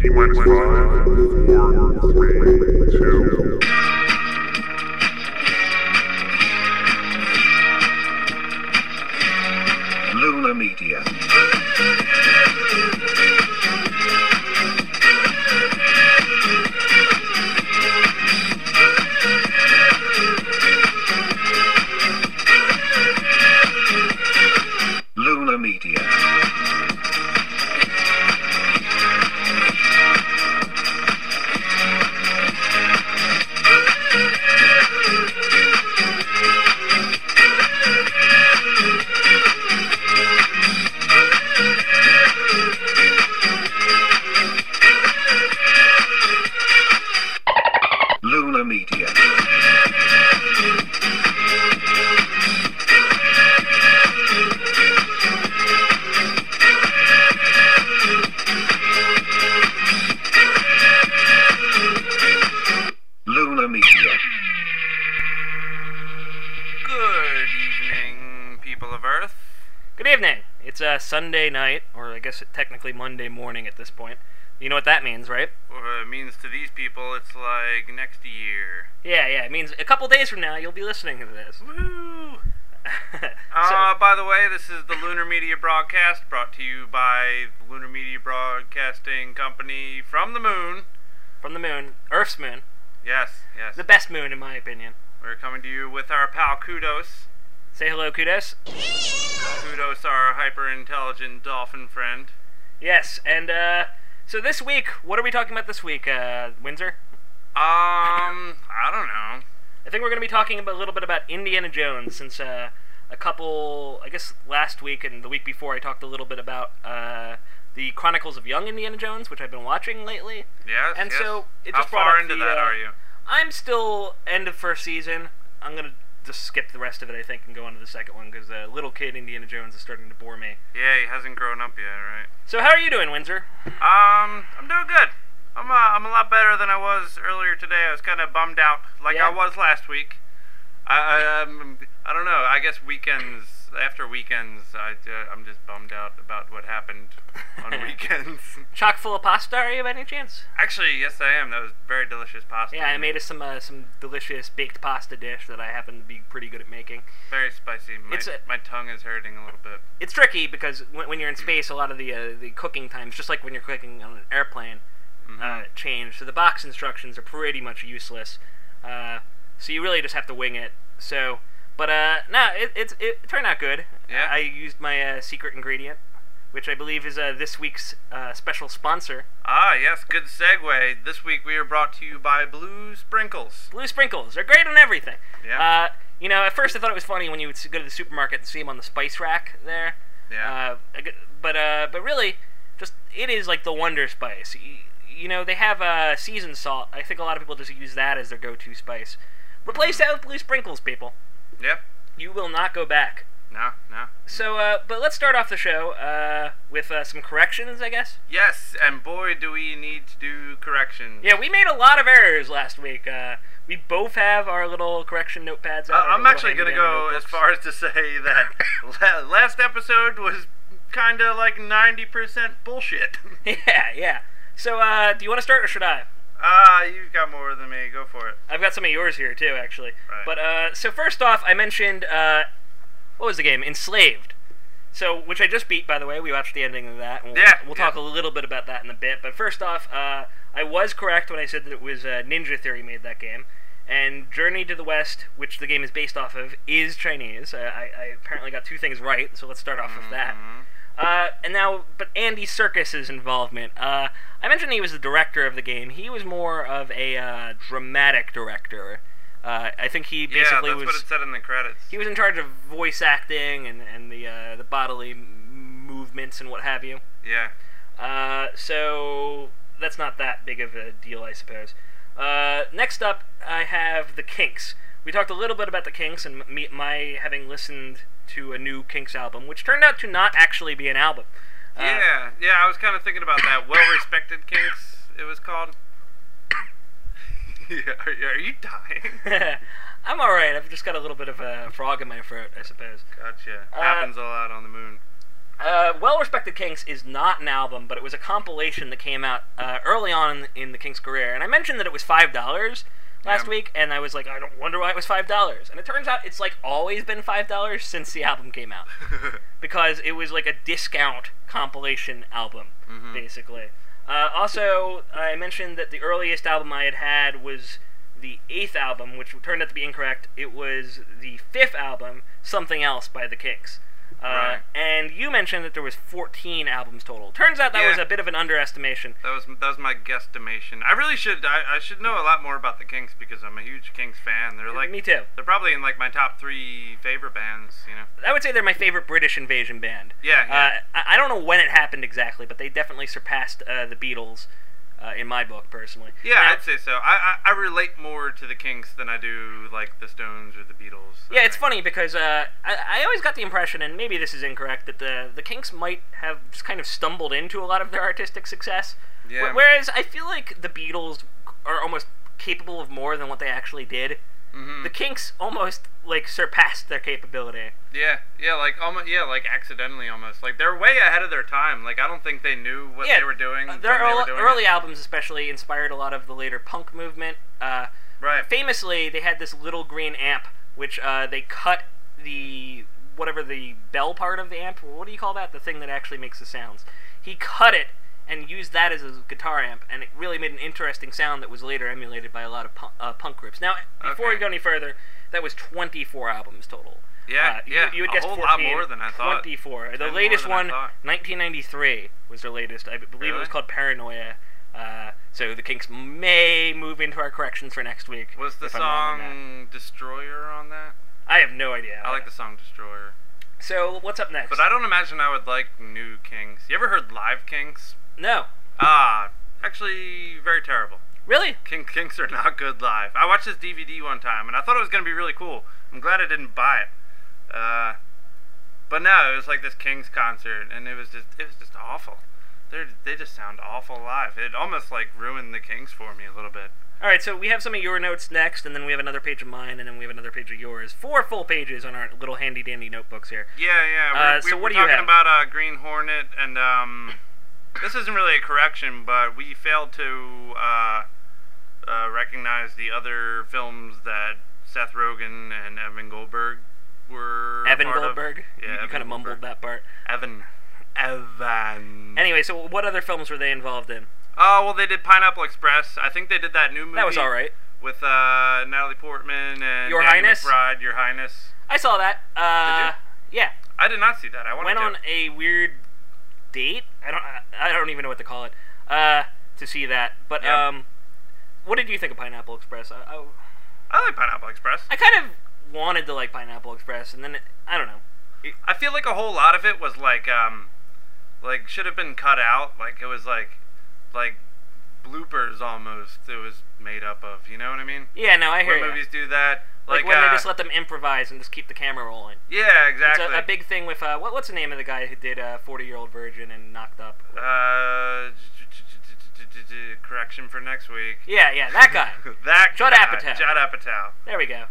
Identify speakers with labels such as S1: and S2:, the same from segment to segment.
S1: T minus five, four, three, two.
S2: Lunar Media. Lunar Media. Lunar Media. Lunar Media.
S3: Good evening, people of Earth. Good evening. It's uh, Sunday night, or I guess technically Monday morning at this point. You know what that means, right?
S4: Or it means to these people, it's like next year.
S3: Yeah, yeah. It means a couple days from now you'll be listening to this.
S4: Woo!
S3: so,
S4: Uh, by the way, this is the Lunar Media Broadcast brought to you by the Lunar Media Broadcasting Company from the moon.
S3: from the moon, Earth's moon,
S4: Yes, yes.
S3: the best moon in my opinion.
S4: We're coming to you with our pal Kudos.
S3: Say hello, kudos.
S4: Kudos, our hyper intelligent dolphin friend.
S3: Yes, and uh, so this week, what are we talking about this week, uh, Windsor?
S4: Um, I don't know.
S3: I think we're going to be talking about, a little bit about Indiana Jones since uh, a couple, I guess last week and the week before, I talked a little bit about uh, the Chronicles of Young Indiana Jones, which I've been watching lately.
S4: Yes,
S3: And
S4: yes.
S3: so it
S4: How
S3: just brought
S4: far
S3: up
S4: into
S3: the,
S4: that
S3: uh,
S4: are you?
S3: I'm still end of first season. I'm going to just skip the rest of it, I think, and go on to the second one because uh, little kid Indiana Jones is starting to bore me.
S4: Yeah, he hasn't grown up yet, right?
S3: So how are you doing, Windsor?
S4: Um, I'm doing good. I'm uh, I'm a lot better than I was earlier today. I was kind of bummed out, like
S3: Yeah?
S4: I was last week. I I, um, I don't know. I guess weekends after weekends, I uh, I'm just bummed out about what happened on weekends.
S3: Chock full of pasta, are you by any chance?
S4: Actually, yes, I am. That was very delicious pasta.
S3: Yeah, I made us some uh, some delicious baked pasta dish that I happen to be pretty good at making.
S4: very spicy. My,
S3: It's a-
S4: my tongue is hurting a little bit.
S3: it's tricky because when, when you're in space, a lot of the uh, the cooking times, just like when you're cooking on an airplane,
S4: Mm-hmm.
S3: uh, change. So the box instructions are pretty much useless. Uh, so you really just have to wing it. So, but uh, no, it, it's it turned out good.
S4: Yeah?
S3: I used my uh, secret ingredient, which I believe is uh, this week's uh, special sponsor,
S4: Ah, yes, good segue. This week we are brought to you by Blue Sprinkles.
S3: Blue Sprinkles. They're great on everything.
S4: Yeah.
S3: Uh, you know, at first I thought it was funny when you would s- go to the supermarket and see them on the spice rack there.
S4: Yeah.
S3: Uh, I g- but uh, but really, just it is like the wonder spice. Y- You know, they have uh, seasoned salt. I think a lot of people just use that as their go-to spice. Replace that with blue sprinkles, people.
S4: Yeah.
S3: You will not go back.
S4: No, no.
S3: So, uh, but let's start off the show uh, with uh, some corrections, I guess.
S4: Yes, and boy, do we need to do corrections.
S3: Yeah, we made a lot of errors last week. Uh, we both have our little correction notepads.
S4: Uh,
S3: Out,
S4: I'm actually
S3: going to
S4: go as far as to say that la- last episode was kind of like 90% bullshit.
S3: Yeah, yeah. So, uh, do you want to start or should I?
S4: Ah, you've got more than me. Go for it.
S3: I've got some of yours here too, actually.
S4: Right.
S3: But uh, so first off, I mentioned uh, what was the game? Enslaved. So, which I just beat, by the way. We watched the ending of that. And we'll,
S4: Yeah,
S3: We'll
S4: yeah.
S3: talk a little bit about that in a bit. But first off, uh, I was correct when I said that it was uh, Ninja Theory made that game, and Journey to the West, which the game is based off of, is Chinese. I, I, I apparently got two things right, so let's start off with that.
S4: Mm-hmm.
S3: Uh, and now, but Andy Circus's involvement. Uh, I mentioned he was the director of the game. He was more of a uh, dramatic director. Uh, I think he
S4: yeah,
S3: basically
S4: that's
S3: was
S4: what it said in the credits.
S3: he was in charge of voice acting and, and the uh, the bodily m- movements and what have you.
S4: yeah.
S3: Uh, so that's not that big of a deal, I suppose. Uh, next up, I have the Kinks. We talked a little bit about the Kinks and me, my having listened to a new Kinks album, which turned out to not actually be an album. Uh,
S4: yeah, yeah, I was kind of thinking about that. Well respected kinks, it was called. yeah, are, are you dying?
S3: I'm all right. I've just got a little bit of a frog in my throat, I suppose.
S4: Gotcha.
S3: Uh,
S4: Happens a lot on the moon.
S3: Uh, well Respected Kinks is not an album, but it was a compilation that came out uh, early on in, in the Kinks' career. And I mentioned that it was five dollars last
S4: Yeah.
S3: week, and I was like, I don't wonder why it was five dollars. And it turns out it's like always been five dollars since the album came out, because it was like a discount compilation album,
S4: Mm-hmm.
S3: basically. Uh, also, I mentioned that the earliest album I had had was the eighth album, which turned out to be incorrect. It was the fifth album, Something Else by the Kinks. Uh,
S4: Right.
S3: And you mentioned that there was 14 albums total. Turns out that
S4: Yeah.
S3: was a bit of an underestimation.
S4: That was that was my guesstimation. I really should I, I should know a lot more about the Kinks because I'm a huge Kinks fan. They're like
S3: Me too.
S4: They're probably in like my top three favorite bands. You know.
S3: I would say they're my favorite British invasion band.
S4: Yeah, yeah.
S3: Uh, I, I don't know when it happened exactly, but they definitely surpassed uh, the Beatles uh, in my book, personally.
S4: Yeah,
S3: Now-
S4: I'd say so. I, I I relate more to the Kinks than I do like the Stones or the Beatles. I
S3: Yeah, it's
S4: think.
S3: funny because uh, I, I always got the impression, and maybe this is incorrect, that the the Kinks might have just kind of stumbled into a lot of their artistic success.
S4: Yeah.
S3: Wh- Whereas I feel like the Beatles are almost capable of more than what they actually did.
S4: Mm-hmm.
S3: The Kinks almost like surpassed their capability.
S4: Yeah, yeah, like almost, yeah, like accidentally almost. Like they're way ahead of their time. Like I don't think they knew what
S3: yeah,
S4: they were doing.
S3: uh,
S4: when
S3: their
S4: they were
S3: earl-
S4: doing
S3: early
S4: it.
S3: albums, especially, inspired a lot of the later punk movement. Uh,
S4: right?
S3: famously they had this little green amp which uh, they cut the whatever the bell part of the amp what do you call that the thing that actually makes the sounds he cut it and used that as a guitar amp and it really made an interesting sound that was later emulated by a lot of punk, uh, punk groups now before we
S4: Okay.
S3: go any further that was 24 albums total
S4: Yeah,
S3: Uh, you,
S4: yeah,
S3: you would
S4: a
S3: guess
S4: whole
S3: 14,
S4: lot more than I thought.
S3: 24 the
S4: And more
S3: latest
S4: than I
S3: one
S4: thought.
S3: 1993 was their latest i b- believe it was
S4: Really?
S3: called paranoia uh, so the kinks may move into our corrections for next week
S4: Was the
S3: if I'm wrong on that.
S4: song Destroyer on that?
S3: I have no idea.
S4: I like the song Destroyer,
S3: So what's up next?
S4: but I don't imagine I would like new Kinks. You ever heard live Kinks?
S3: no,
S4: Ah, actually, very terrible.
S3: really.
S4: King Kinks are not good live. I watched this DVD one time and I thought it was gonna be really cool. I'm glad I didn't buy it. Uh, but no, it was like this Kings concert and it was just it was just awful. They they just sound awful live. It almost like ruined the Kings for me a little bit.
S3: All right, so we have some of your notes next, and then we have another page of mine, and then we have another page of yours. Four full pages on our little handy dandy notebooks here.
S4: Yeah, yeah. We're,
S3: Uh, so
S4: we're
S3: what do you
S4: talking
S3: have?
S4: about uh, Green Hornet and um, this isn't really a correction, but we failed to uh, uh, recognize the other films that Seth Rogen and Evan Goldberg were
S3: Evan
S4: part of.
S3: Goldberg.
S4: Yeah,
S3: you
S4: Evan
S3: kind of mumbled
S4: Goldberg. Mm-hmm.
S3: that part.
S4: Evan. Evan.
S3: Anyway, so what other films were they involved in?
S4: Oh well, they did Pineapple Express. I think they did that new movie.
S3: That was all right.
S4: With uh, Natalie Portman and
S3: Your
S4: Danny
S3: Highness?
S4: McBride, Your Highness.
S3: I saw that. Uh, Yeah,
S4: I did not see that. I wanted
S3: went
S4: to.
S3: on a weird date. I don't. I, I don't even know what to call it. Uh, to see that, but
S4: Yeah.
S3: um, what did you think of Pineapple Express? I, I,
S4: I like Pineapple Express.
S3: I kind of wanted to like Pineapple Express, and then it, I don't know.
S4: I feel like a whole lot of it was like um like should have been cut out. Like it was like like bloopers almost it was made up of, you know what I mean?
S3: Yeah, no, I hear
S4: Where
S3: you.
S4: movies do that.
S3: like,
S4: Like,
S3: when
S4: uh,
S3: they just let them improvise and just keep the camera rolling.
S4: Yeah,
S3: It's
S4: exactly.
S3: a, a big thing with uh, what, what's the name of the guy who did uh, Forty Year Old Virgin and Knocked Up?
S4: uh correction for next week.
S3: Yeah, yeah, that guy.
S4: that
S3: Judd
S4: guy,
S3: Apatow.
S4: Judd Apatow.
S3: there we go.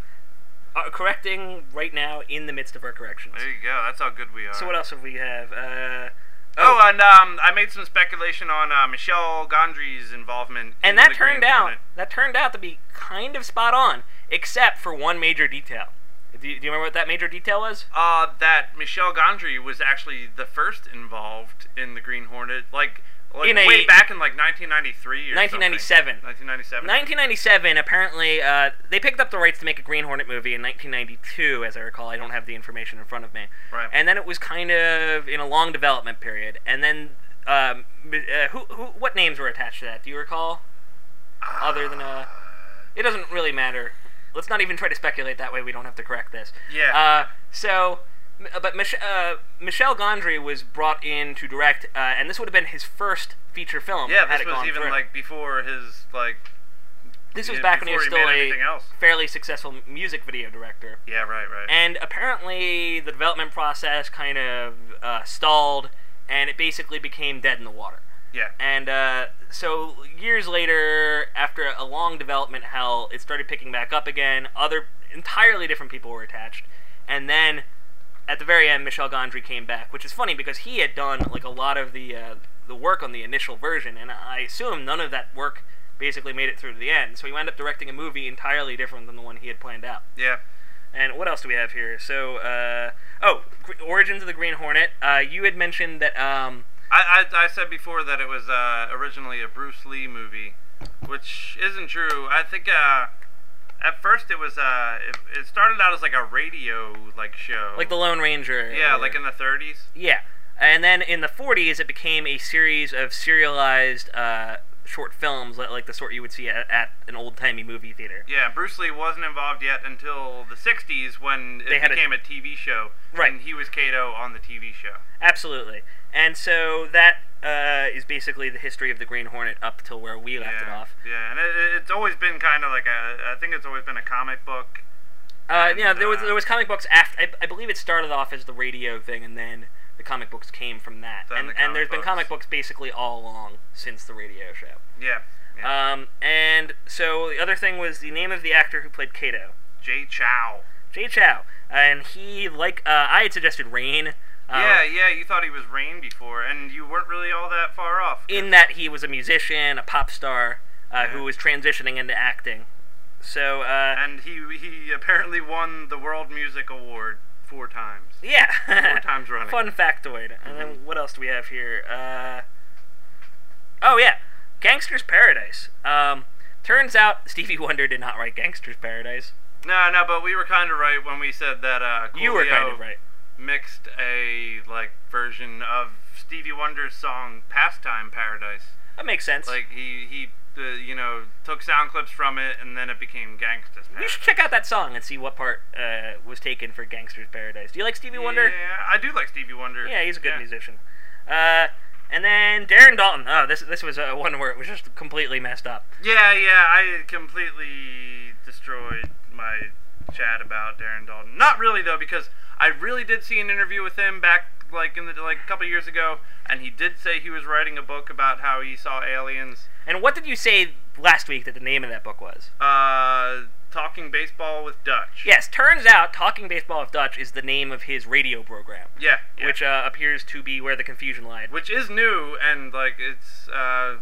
S3: Uh, correcting right now in the midst of our corrections.
S4: There you go. That's how good we are.
S3: So what else have we have? Uh,
S4: Oh, and um, I made some speculation on uh, Michelle Gondry's involvement. in
S3: and that
S4: the Green
S3: turned out
S4: Hornet.
S3: that turned out to be kind of spot on, except for one major detail. Do you, do you remember what that major detail was?
S4: uh, that Michelle Gondry was actually the first involved in the Green Hornet, like, like
S3: In a-
S4: way back in like 1993 or
S3: 1997.
S4: something. 1997.
S3: 1997, apparently, uh, they picked up the rights to make a Green Hornet movie in 1992, as I recall. I don't have the information in front of me.
S4: Right.
S3: And then it was kind of in a long development period. And then, um, uh, who, who, what names were attached to that? Do you recall? Other than, uh, it doesn't really matter. Let's not even try to speculate that way. We don't have to correct this.
S4: Yeah.
S3: Uh, so, m- uh, but Mich- uh, Michel Gondry was brought in to direct, uh, and this would have been his first feature film.
S4: yeah,
S3: had
S4: this
S3: it
S4: was
S3: gone
S4: even
S3: through.
S4: like before his like.
S3: This was
S4: Yeah,
S3: back when he was
S4: before he
S3: still
S4: made
S3: a
S4: anything else.
S3: fairly successful music video director.
S4: Yeah, right, right.
S3: And apparently, the development process kind of uh, stalled, and it basically became dead in the water.
S4: yeah.
S3: And uh, so, years later, after a long development hell, it started picking back up again. Other entirely different people were attached, and then at the very end, Michel Gondry came back, which is funny because he had done like a lot of the uh, the work on the initial version, and I assume none of that work basically made it through to the end. So he wound up directing a movie entirely different than the one he had planned out.
S4: Yeah.
S3: And what else do we have here? So, uh, oh, Gr- Origins of the Green Hornet. Uh, you had mentioned that. Um,
S4: I, I, I said before that it was uh, originally a Bruce Lee movie, which isn't true. I think uh, at first it was uh, it, it started out as like a radio like show,
S3: like the Lone Ranger.
S4: yeah,
S3: or-
S4: like in the 30s.
S3: yeah, and then in the 40s it became a series of serialized uh, short films, li- like the sort you would see at, at an old timey movie theater.
S4: Yeah, Bruce Lee wasn't involved yet until the 60s when it
S3: They had a-
S4: became a, TV show,
S3: Right.
S4: and he was Kato on the TV show.
S3: Absolutely. And so that uh, is basically the history of the Green Hornet up till where we left it
S4: yeah,
S3: off.
S4: yeah, and it- it, it's always been kind of like a. I think it's always been a comic book.
S3: Uh,
S4: And,
S3: yeah, there was
S4: uh,
S3: there was comic books after. I, I believe it started off as the radio thing, and then the comic books came from that.
S4: Then
S3: and
S4: the
S3: and
S4: comic
S3: there's been
S4: books.
S3: comic books basically all along since the radio show.
S4: Yeah, yeah.
S3: Um, and so the other thing was the name of the actor who played Kato,
S4: Jay Chow.
S3: Jay Chow, and he like uh, I had suggested Rain. Uh,
S4: yeah, yeah. You thought he was Rain before, and you weren't really all that far off.
S3: in that he was a musician, a pop star, uh, who
S4: Yeah.
S3: was transitioning into acting. So uh,
S4: and he he apparently won the World Music Award four times.
S3: yeah,
S4: Four times running. Mm-hmm.
S3: Fun factoid. And then what else do we have here? Uh, oh yeah, Gangster's Paradise. Um, turns out Stevie Wonder did not write Gangster's Paradise.
S4: No, no, but we were kind of right when we said that. Uh, Coolio
S3: You were kind of right.
S4: Mixed a like version of Stevie Wonder's song "Pastime Paradise."
S3: That makes sense.
S4: Like he he uh, you know took sound clips from it, and then it became Gangsta's
S3: you
S4: Paradise.
S3: should check out that song and see what part uh, was taken for Gangster's Paradise. Do you like Stevie Wonder?
S4: Yeah, I do like Stevie Wonder.
S3: Yeah, he's a good musician. Uh, and then Darren Dalton. Oh, this this was uh, one where it was just completely messed up.
S4: Yeah, yeah, I completely destroyed my chat about Darren Dalton. Not really though, because I really did see an interview with him back like in the like a couple years ago, and he did say he was writing a book about how he saw aliens.
S3: And what did you say last week that the name of that book was?
S4: Uh, talking baseball with Dutch.
S3: Yes, turns out Talking Baseball with Dutch is the name of his radio program,
S4: Yeah, yeah.
S3: which uh, appears to be where the confusion lied.
S4: which is new and like it's uh,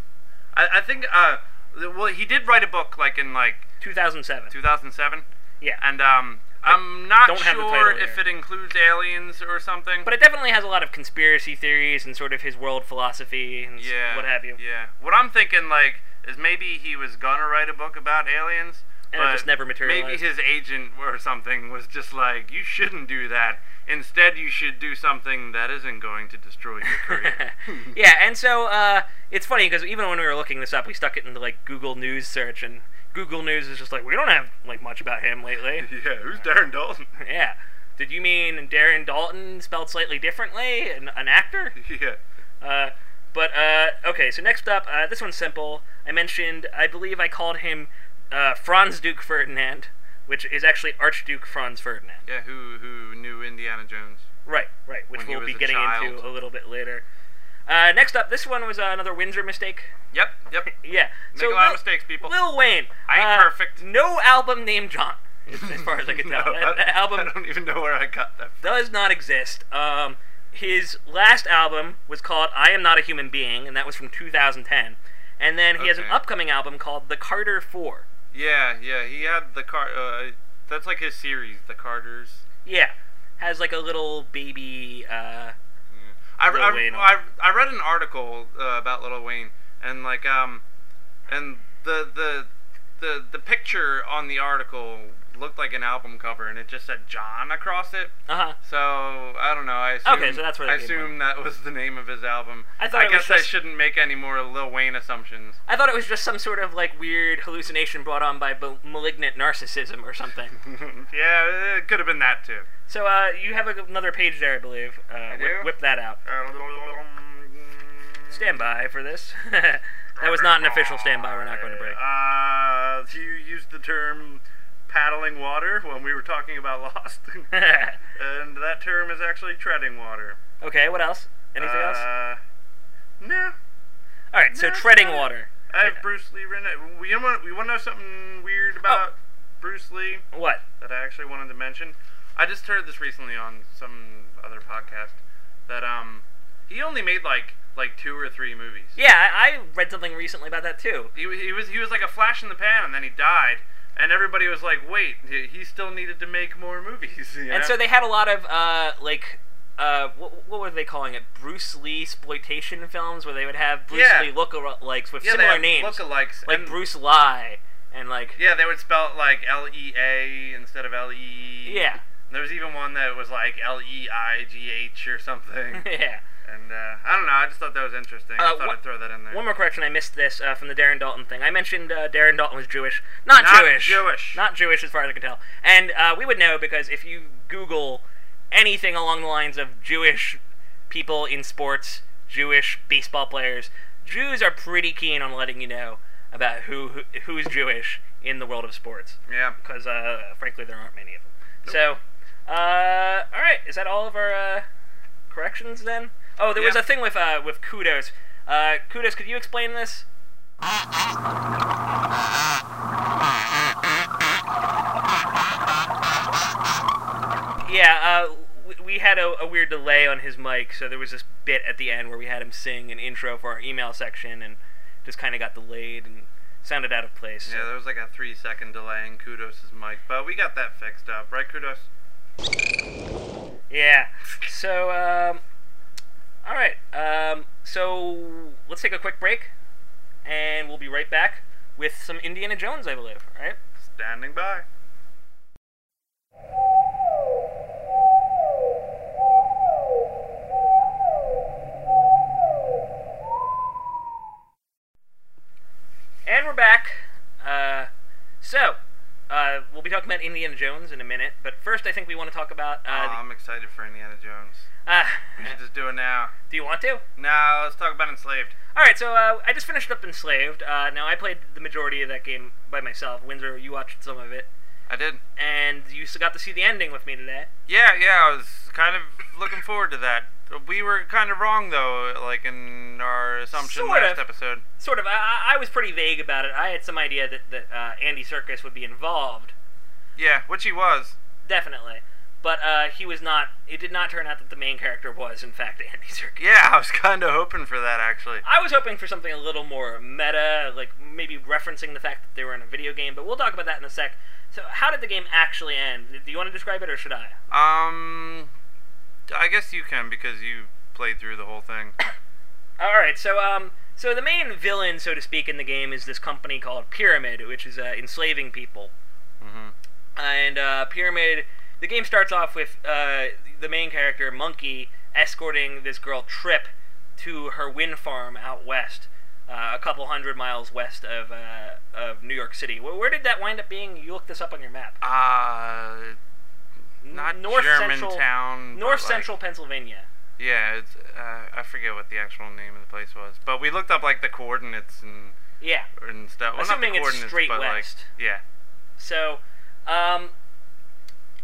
S4: I, I think uh, well he did write a book like in like
S3: 2007.
S4: 2007.
S3: Yeah.
S4: And um, I'm not
S3: don't have the
S4: sure
S3: title
S4: if
S3: here.
S4: it includes aliens or something.
S3: But it definitely has a lot of conspiracy theories and sort of his world philosophy and s-
S4: yeah,
S3: what have you.
S4: Yeah. What I'm thinking like is maybe he was gonna write a book about aliens,
S3: And it
S4: but
S3: just never
S4: Maybe
S3: materialized.
S4: his agent or something was just like, you shouldn't do that. Instead, you should do something that isn't going to destroy your career.
S3: yeah, and so uh, it's funny because even when we were looking this up, we stuck it into like Google News search, and Google News is just like we don't have like much about him lately.
S4: yeah. Who's Darren Dalton?
S3: yeah. Did you mean Darren Dalton spelled slightly differently? An, an actor?
S4: yeah.
S3: Uh, but uh, okay, so next up, uh, this one's simple. I mentioned, I believe I called him uh, Franz Duke Ferdinand, which is actually Archduke Franz Ferdinand.
S4: Yeah. Who who knew Indiana Jones?
S3: Right, right, which
S4: When he
S3: we'll
S4: was
S3: be
S4: a
S3: getting into
S4: child.
S3: a little bit later. Uh, next up, this one was uh, another Windsor mistake.
S4: Yep. Yep.
S3: Yeah,
S4: Make
S3: so
S4: a lot of
S3: Lil-
S4: mistakes, people.
S3: Lil Wayne.
S4: I ain't
S3: uh,
S4: perfect.
S3: No album named John, as far as I can
S4: No,
S3: tell. that, that
S4: I-
S3: album
S4: I don't even know where I got that. From.
S3: does not exist. Um, his last album was called "I Am Not a Human Being," and that was from 2010. And then he has an
S4: Okay.
S3: upcoming album called "The Carter Four.
S4: Yeah, yeah. He had the car. Uh, that's like his series, the Carters.
S3: Yeah, has like a little baby. Uh,
S4: I,
S3: Lil
S4: I,
S3: Wayne on
S4: I, I read an article uh, about Little Wayne, and like um, and the the the the picture on the article looked like an album cover, and it just said John across it.
S3: uh huh.
S4: So I don't know. I assume,
S3: Okay, so that's where
S4: I
S3: that came
S4: assume that was the name of his album.
S3: I thought
S4: I
S3: it was
S4: guess I
S3: just-
S4: shouldn't make any more Lil Wayne assumptions.
S3: I thought it was just some sort of like weird hallucination brought on by b- malignant narcissism or something.
S4: yeah, it could have been that too.
S3: so uh, you have a, another page there, I believe. Uh, whip,
S4: do.
S3: whip that out. Stand by for this. that was not an official standby. We're not going to break.
S4: Uh, you used the term paddling water when we were talking about Lost, and that term is actually treading water.
S3: okay. What else? Anything else?
S4: Uh, no.
S3: All right. So
S4: no, it's
S3: treading
S4: not-
S3: water.
S4: I have Bruce Lee written. it. We
S3: Oh.
S4: want, we want to know something weird about Bruce Lee
S3: What?
S4: that I actually wanted to mention. I just heard this recently on some other podcast that um he only made like like two or three movies.
S3: Yeah, I, I read something recently about that too.
S4: He, wa- he was he was like a flash in the pan, and then he died, and everybody was like, "Wait, he, he still needed to make more movies." you know?
S3: And so they had a lot of uh, like, uh, what, what were they calling it? Bruce Lee exploitation films where they would have Bruce
S4: Yeah.
S3: Lee lookalikes with
S4: yeah, they
S3: similar
S4: had
S3: names,
S4: lookalikes,
S3: like
S4: and-
S3: Bruce Lie, and like
S4: Yeah, they would spell it like L E A instead of L E.
S3: yeah,
S4: There was even one that was like L E I G H or something.
S3: yeah.
S4: and uh, I don't know. I just thought that was interesting.
S3: Uh,
S4: I thought
S3: one-
S4: I'd throw that in there.
S3: One more correction, I missed this uh, from the Darren Dalton thing. I mentioned uh, Darren Dalton was Jewish, not,
S4: Not
S3: Jewish,
S4: Jewish.
S3: not Jewish as far as I can tell. And uh, we would know because if you Google anything along the lines of Jewish people in sports, Jewish baseball players, Jews are pretty keen on letting you know about who, who who's Jewish in the world of sports
S4: Yeah.
S3: because uh, frankly there aren't many of them. So, uh, all right, is that all of our uh, corrections then? Oh, there was
S4: Yeah.
S3: a thing with uh, with kudos. Uh, kudos, could you explain this? Yeah, uh, w- we had a, a weird delay on his mic, so there was this bit at the end where we had him sing an intro for our email section, and just kind of got delayed and sounded out of place. so-
S4: Yeah, there was like a three second delay in Kudos's mic, but we got that fixed up, right, Kudos?
S3: Yeah. So, um, all right. Um, so let's take a quick break, and we'll be right back with some Indiana Jones, I believe. All right.
S4: Standing by.
S3: And we're back. Uh, so, uh, we'll be talking about Indiana Jones in a minute, but first, I think we want to talk about.
S4: Aw,
S3: Uh,
S4: Oh, I'm excited for Indiana Jones.
S3: the, uh,
S4: We should just do it now.
S3: do you want to?
S4: Now let's talk about Enslaved.
S3: All right. So uh, I just finished up Enslaved. Uh, now I played the majority of that game by myself. Windsor, you watched some of it,
S4: I did.
S3: and you s- got to see the ending with me today.
S4: Yeah, yeah, I was kind of looking forward to that. We were kind of wrong though, like in our assumption
S3: Sort
S4: last
S3: of.
S4: episode.
S3: sort of. I- I, I was pretty vague about it. I had some idea that that uh, Andy Circus would be involved,
S4: Yeah, which he was.
S3: definitely, but uh, he was not. It did not turn out that the main character was, in fact, Andy Circus.
S4: Yeah, I was kind of hoping for that actually.
S3: I was hoping for something a little more meta, like maybe referencing the fact that they were in a video game. But we'll talk about that in a sec. So, how did the game actually end? Do you want to describe it, or should I?
S4: Um, I guess you can because you played through the whole thing.
S3: All right, so um, so the main villain, so to speak, in the game is this company called Pyramid, which is uh, enslaving people. Mm-hmm. And uh, Pyramid, the game starts off with uh, the main character Monkey escorting this girl Trip to her wind farm out west, uh, a couple hundred miles west of uh, of New York City. Where, where did that wind up being? You looked this up on your map.
S4: Uh,
S3: N-
S4: not
S3: north central,
S4: Germantown. but,
S3: north
S4: like-
S3: central Pennsylvania.
S4: Yeah, it's, uh, I forget what the actual name of the place was, but we looked up like the coordinates and
S3: Yeah.
S4: and stuff. Well, not
S3: Assuming
S4: the
S3: it's
S4: coordinates,
S3: straight
S4: but
S3: west.
S4: like yeah.
S3: So, um,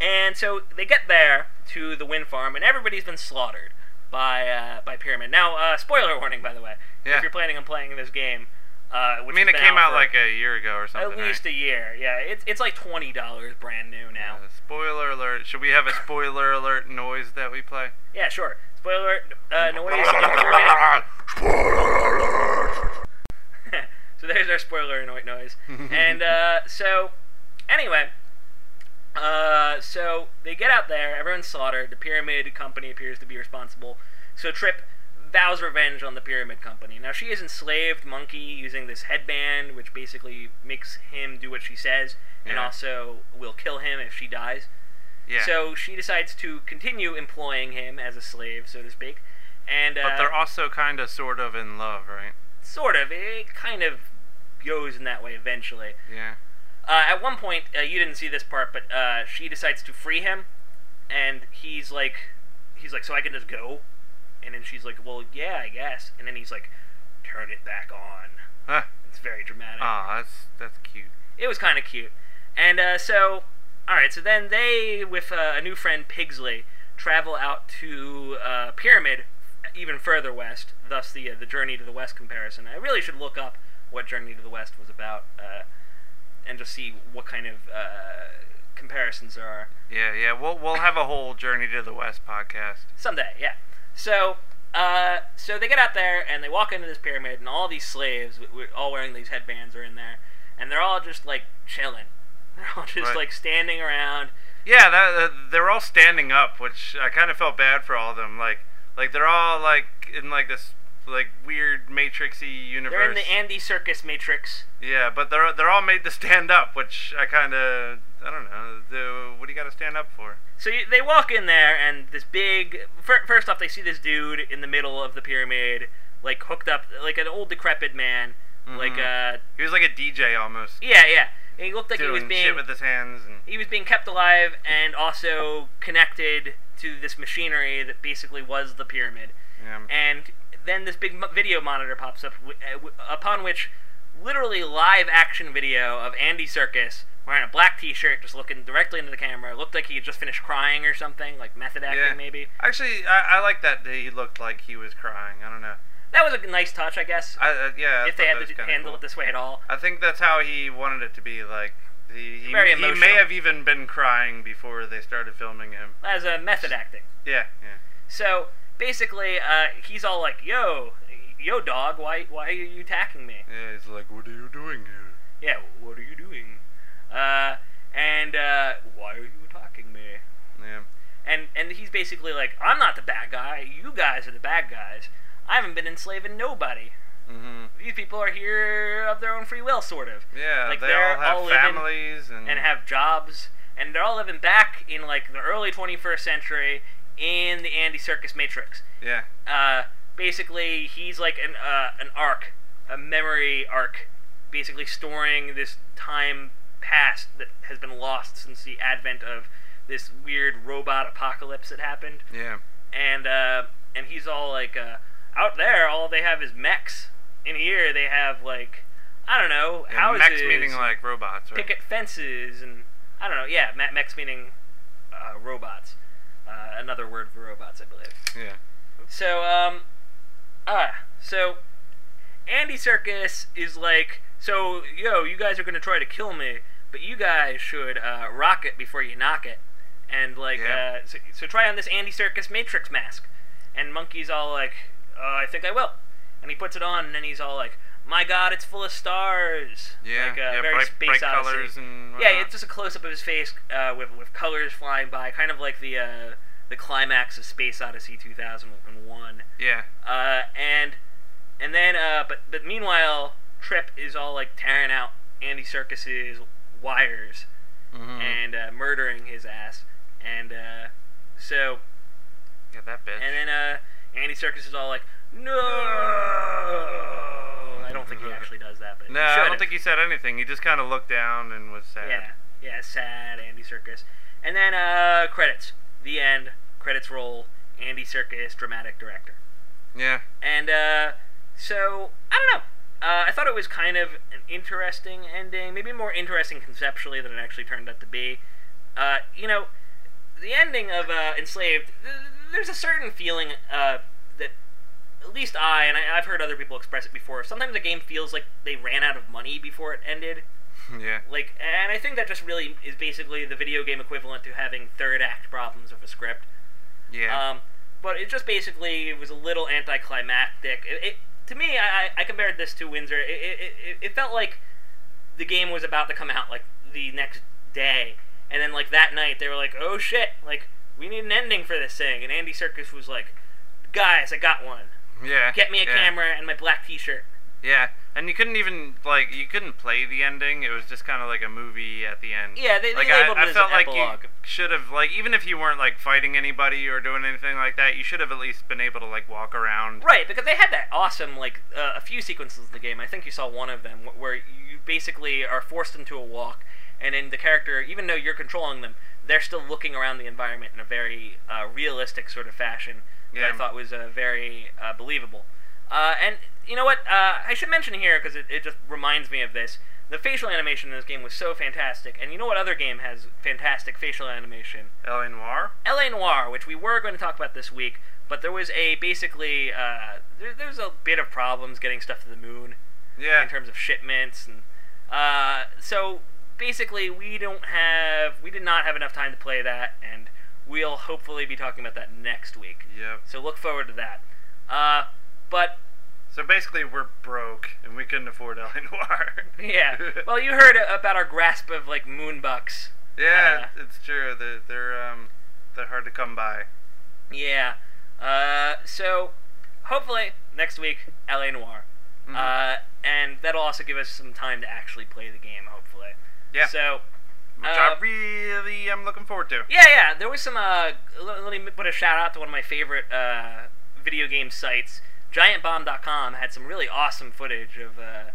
S3: and so they get there to the wind farm, and everybody's been slaughtered by uh, by Pyramid. Now, uh, spoiler warning, by the way,
S4: Yeah.
S3: if you're planning on playing this game, uh,
S4: I
S3: which
S4: mean,
S3: has
S4: it
S3: been
S4: came out
S3: for
S4: like a year ago or something.
S3: at least
S4: right?
S3: a year. Yeah, it's it's like twenty dollars brand new now.
S4: Uh, spoiler alert. Should we have a spoiler alert noise that we play?
S3: Yeah, sure. Spoiler uh, noise. included. so there's our spoiler annoy- noise. and uh, so, anyway, uh, so they get out there. Everyone's slaughtered. The pyramid company appears to be responsible. So Trip vows revenge on the pyramid company. Now she is enslaved monkey using this headband, which basically makes him do what she says, and
S4: Yeah.
S3: also will kill him if she dies.
S4: Yeah.
S3: So she decides to continue employing him as a slave, so to speak. And uh,
S4: but they're also kind of, sort of in love, right?
S3: sort of it kind of goes in that way eventually.
S4: Yeah.
S3: Uh, at one point, uh, you didn't see this part, but uh, she decides to free him, and he's like, he's like, so I can just go, and then she's like, well, yeah, I guess, and then he's like, turn it back on.
S4: Huh.
S3: It's very dramatic.
S4: Aw, Ah, that's that's cute.
S3: it was kind of cute. And uh, so, all right, so then they, with uh, a new friend Pigsley, travel out to uh, Pyramid, even further west. Thus, the uh, the Journey to the West comparison. I really should look up what Journey to the West was about, uh, and just see what kind of uh, comparisons there are.
S4: Yeah, yeah. We'll we'll have a whole Journey to the West podcast.
S3: Someday, yeah. So, uh, so they get out there and they walk into this pyramid, and all these slaves, w- w- all wearing these headbands, are in there, and they're all just like chilling. They're all just
S4: Right.
S3: like standing around.
S4: Yeah, that, that- they're all standing up, which I kind of felt bad for all of them. Like, like they're all like in like this like weird matrixy universe.
S3: They're in the Andy Circus Matrix.
S4: yeah, but they're they're all made to stand up, which I kind of I don't know. The, what do you got to stand up for?
S3: So you, they walk in there, and this big. Fir- first off, they see this dude in the middle of the pyramid, like hooked up, like an old decrepit man,
S4: Mm-hmm.
S3: like uh,
S4: He was like a DJ almost,
S3: yeah, yeah. And he looked like he was
S4: doing
S3: being
S4: shit with his hands and
S3: he was being kept alive and also connected to this machinery that basically was the pyramid.
S4: yeah.
S3: And then this big mo- video monitor pops up, w- uh, w- upon which literally live action video of Andy Circus wearing a black T-shirt, just looking directly into the camera. It looked like he had just finished crying or something, like method acting
S4: Yeah.
S3: maybe.
S4: Actually, I, I like that he looked like he was crying. I don't know.
S3: That was a nice touch, I guess,
S4: I uh, yeah. I
S3: if they
S4: thought
S3: had
S4: that
S3: to
S4: was
S3: d-
S4: kinda
S3: handle
S4: cool.
S3: it this way at all.
S4: I think that's how he wanted it to be. Like he, he,
S3: Very
S4: he may
S3: emotional.
S4: have even been crying before they started filming him.
S3: As a method acting.
S4: Yeah, yeah.
S3: So basically, uh, he's all like, "Yo, yo, dog, why, why are you attacking me?"
S4: Yeah, he's like, "What are you doing here?"
S3: Yeah, what are you doing? Uh, and uh, why are you attacking me?
S4: Yeah,
S3: And and he's basically like, I'm not the bad guy. You guys are the bad guys. I haven't been enslaving nobody.
S4: mm-hmm.
S3: These people are here of their own free will, sort of,
S4: yeah.
S3: Like,
S4: they
S3: they're
S4: all have
S3: all living
S4: families and,
S3: and have jobs, and they're all living back in like the early 21st century in the Andy Circus Matrix.
S4: yeah,
S3: uh, basically he's like an uh, an arc, a memory arc, basically storing this time past that has been lost since the advent of this weird robot apocalypse that happened,
S4: yeah,
S3: and uh, and he's all like, uh, out there, all they have is mechs. In here, they have like, I don't know,
S4: yeah.
S3: houses,
S4: Max meaning like robots, right?
S3: picket fences, and I don't know, yeah, me- mechs meaning uh, robots. Uh, another word for robots, I believe.
S4: Yeah,
S3: So, um, ah, so Andy Circus is like, so yo, you guys are gonna try to kill me, but you guys should uh, rock it before you knock it, and like,
S4: Yeah.
S3: uh, so, so try on this Andy Circus Matrix mask, and Monkey's all like, uh, I think I will, and he puts it on, and then he's all like, my God, it's full of stars,
S4: yeah,
S3: like uh,
S4: yeah.
S3: very
S4: bright,
S3: space
S4: bright
S3: Odyssey.
S4: colors and
S3: Yeah,
S4: whatnot.
S3: it's just a close up of his face uh, with with colors flying by, kind of like the uh, the climax of Space Odyssey 2001.
S4: yeah,
S3: Uh, and and then uh, but but meanwhile, Trip is all like tearing out Andy Circus's wires
S4: mm-hmm.
S3: and uh, murdering his ass, and uh, so
S4: yeah, that bitch.
S3: and then uh, Andy Circus is all like, no. I don't think he actually does that, but he
S4: no, I
S3: should've.
S4: don't think he said anything. He just kind of looked down and was sad.
S3: Yeah, yeah, sad Andy Circus. And then uh credits. The end. Credits roll. Andy Circus, dramatic director.
S4: yeah.
S3: And uh so I don't know. Uh, I thought it was kind of an interesting ending, maybe more interesting conceptually than it actually turned out to be. Uh, you know, the ending of uh, Enslaved, th- there's a certain feeling uh, that at least I and I, I've heard other people express it before. Sometimes a game feels like they ran out of money before it ended.
S4: yeah.
S3: Like, and I think that just really is basically the video game equivalent to having third act problems of a script.
S4: Yeah.
S3: Um, but it just basically was a little anticlimactic. It, it, to me, I, I- I compared this to Windsor. It, it, it, it felt like the game was about to come out like the next day, and then like that night they were like, "Oh shit! Like we need an ending for this thing." And Andy Circus was like, "Guys, I got one.
S4: yeah.
S3: Get me a
S4: yeah.
S3: camera and my black T-shirt."
S4: Yeah, and you couldn't even like you couldn't play the ending. It was just kind of like a movie at the end.
S3: Yeah, they- they
S4: like,
S3: labeled
S4: I,
S3: it
S4: I
S3: as
S4: felt
S3: an
S4: like
S3: epilogue.
S4: you should have like even if you weren't like fighting anybody or doing anything like that, you should have at least been able to like walk around.
S3: Right, because they had that awesome, like, uh, a few sequences in the game. I think you saw one of them wh- where you basically are forced into a walk, and then the character, even though you're controlling them, they're still looking around the environment in a very uh, realistic sort of fashion that
S4: Yeah.
S3: I thought was uh, very uh, believable. Uh, and you know what? Uh, I should mention here because it, it just reminds me of this. The facial animation in this game was so fantastic, and you know what other game has fantastic facial animation?
S4: L.A. Noir.
S3: LA Noir, which we were going to talk about this week, but there was a basically uh, there, there was a bit of problems getting stuff to the moon
S4: Yeah.
S3: in terms of shipments and uh, so basically, we don't have, we did not have enough time to play that, and we'll hopefully be talking about that next week.
S4: Yep.
S3: So look forward to that. Uh, but
S4: So basically, we're broke and we couldn't afford L.A. Noir.
S3: yeah, well, you heard about our grasp of like moonbucks.
S4: yeah, it's true. They're they're um they're hard to come by.
S3: Yeah. Uh, so hopefully next week, LA Noir,
S4: Mm-hmm.
S3: uh, and that'll also give us some time to actually play the game. Hopefully.
S4: Yeah.
S3: So.
S4: Which
S3: uh,
S4: I really am looking forward to.
S3: Yeah, yeah. There was some. Uh, let, let me put a shout out to one of my favorite uh, video game sites. GiantBomb.com had some really awesome footage of uh,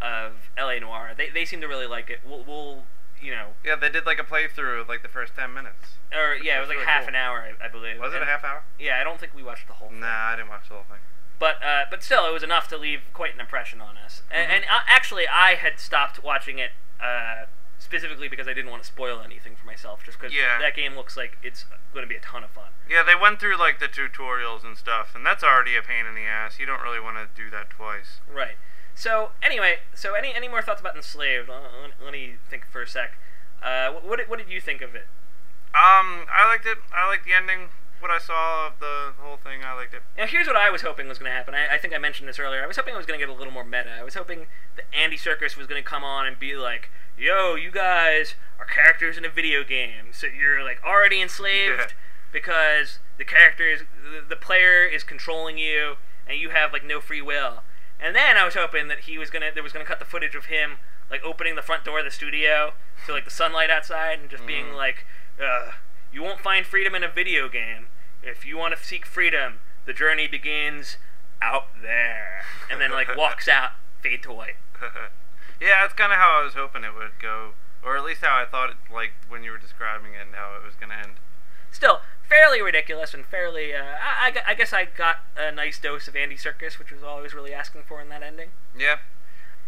S3: of LA Noir. They, they seem to really like it. We'll, we'll you know,
S4: Yeah, they did like a playthrough of like the first ten minutes.
S3: or yeah, it
S4: That's
S3: was like
S4: really
S3: half
S4: cool.
S3: an hour, I, I believe.
S4: Was it a
S3: And-
S4: half Mm. hour?
S3: Yeah, I don't think we watched the whole. thing.
S4: Nah, I didn't watch the whole thing.
S3: But uh, but still, it was enough to leave quite an impression on us. And,
S4: Mhm.
S3: and uh, actually, I had stopped watching it uh, specifically because I didn't want to spoil anything for myself. Just because
S4: Yeah.
S3: that game looks like it's going to be a ton of fun.
S4: Yeah, they went through like the tutorials and stuff, and that's already a pain in the ass. You don't really want to do that twice.
S3: Right. So anyway, so any any more thoughts about Enslaved? Let, let- let me think for a sec. Uh, wh- what did- what did you think of it?
S4: Um, I liked it. I liked the ending. What I saw of the whole thing, I liked it.
S3: Now here's what I was hoping was going to happen. I, I think I mentioned this earlier. I was hoping I was going to get a little more meta. I was hoping that Andy Circus was going to come on and be like, "Yo, you guys are characters in a video game, so you're like already enslaved
S4: Yeah.
S3: because the character is the, the player is controlling you, and you have like no free will." And then I was hoping that he was gonna there was gonna cut the footage of him like opening the front door of the studio to like the sunlight outside and just being like, uh, "You won't find freedom in a video game. If you want to seek freedom, the journey begins out there." And then like walks out, fade to white.
S4: yeah, that's kind of how I was hoping it would go, or at least how I thought it, like when you were describing it and how it was gonna end.
S3: Still fairly ridiculous and fairly. Uh, I, I gu- I guess I got a nice dose of Andy Circus, which was all I was really asking for in that ending.
S4: Yeah.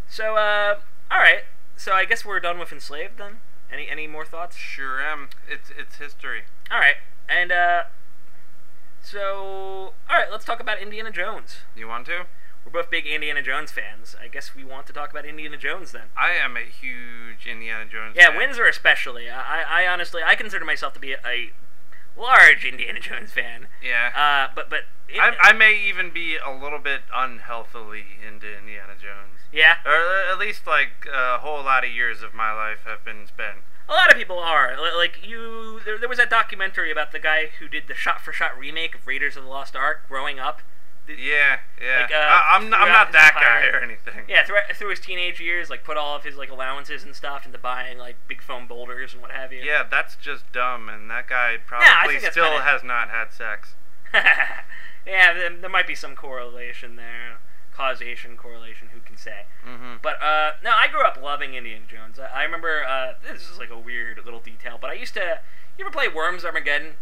S3: So uh, all right. So I guess we're done with enslaved then. Any any more thoughts?
S4: Sure am. It's it's history.
S3: All right, and uh, so all right, let's talk about Indiana Jones.
S4: You want to?
S3: We're both big Indiana Jones fans. I guess we want to talk about Indiana Jones then.
S4: I am a huge Indiana Jones.
S3: Yeah,
S4: fan.
S3: Windsor especially. I, I, I honestly, I consider myself to be a, a large Indiana Jones fan.
S4: Yeah.
S3: Uh, but but
S4: I, I may even be a little bit unhealthily into Indiana Jones.
S3: yeah,
S4: Or a- at least like a whole lot of years of my life have been spent.
S3: a lot of people are Li- like you. There, there was that documentary about the guy who did the shot-for-shot remake of Raiders of the Lost Ark growing up. Did-
S4: Yeah, yeah.
S3: Like, uh,
S4: I, I'm, I'm
S3: throughout
S4: not that
S3: his
S4: guy
S3: entire-
S4: or anything.
S3: Yeah, through, through his teenage years, like put all of his like allowances and stuff into buying like big foam boulders and what have you.
S4: Yeah, that's just dumb, and that guy
S3: I think
S4: probably
S3: that's
S4: still
S3: kinda-
S4: has not had sex.
S3: yeah, there, there might be some correlation there, causation, correlation. Who can say?
S4: Mm-hmm.
S3: But uh, no, I grew up loving Indiana Jones. I, I remember uh, this is like a weird little detail, but I used to. You ever play Worms Armageddon?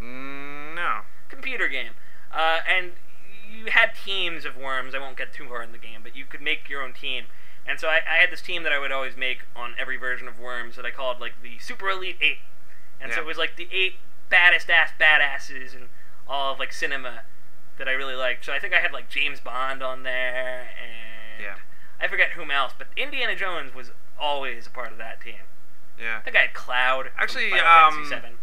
S4: Mm, No.
S3: computer game. Uh, and you had teams of worms. I won't get too hard in the game, but you could make your own team. And so I, I had this team that I would always make on every version of Worms that I called like the Super Elite Eight. And so
S4: Yeah.
S3: it was like the eight baddest ass badasses and all of like cinema that I really liked. So I think I had like James Bond on there and
S4: Yeah.
S3: I forget whom else, but Indiana Jones was always a part of that team.
S4: Yeah.
S3: I think I had Cloud. from
S4: Actually,
S3: Final
S4: um,
S3: Fantasy VII.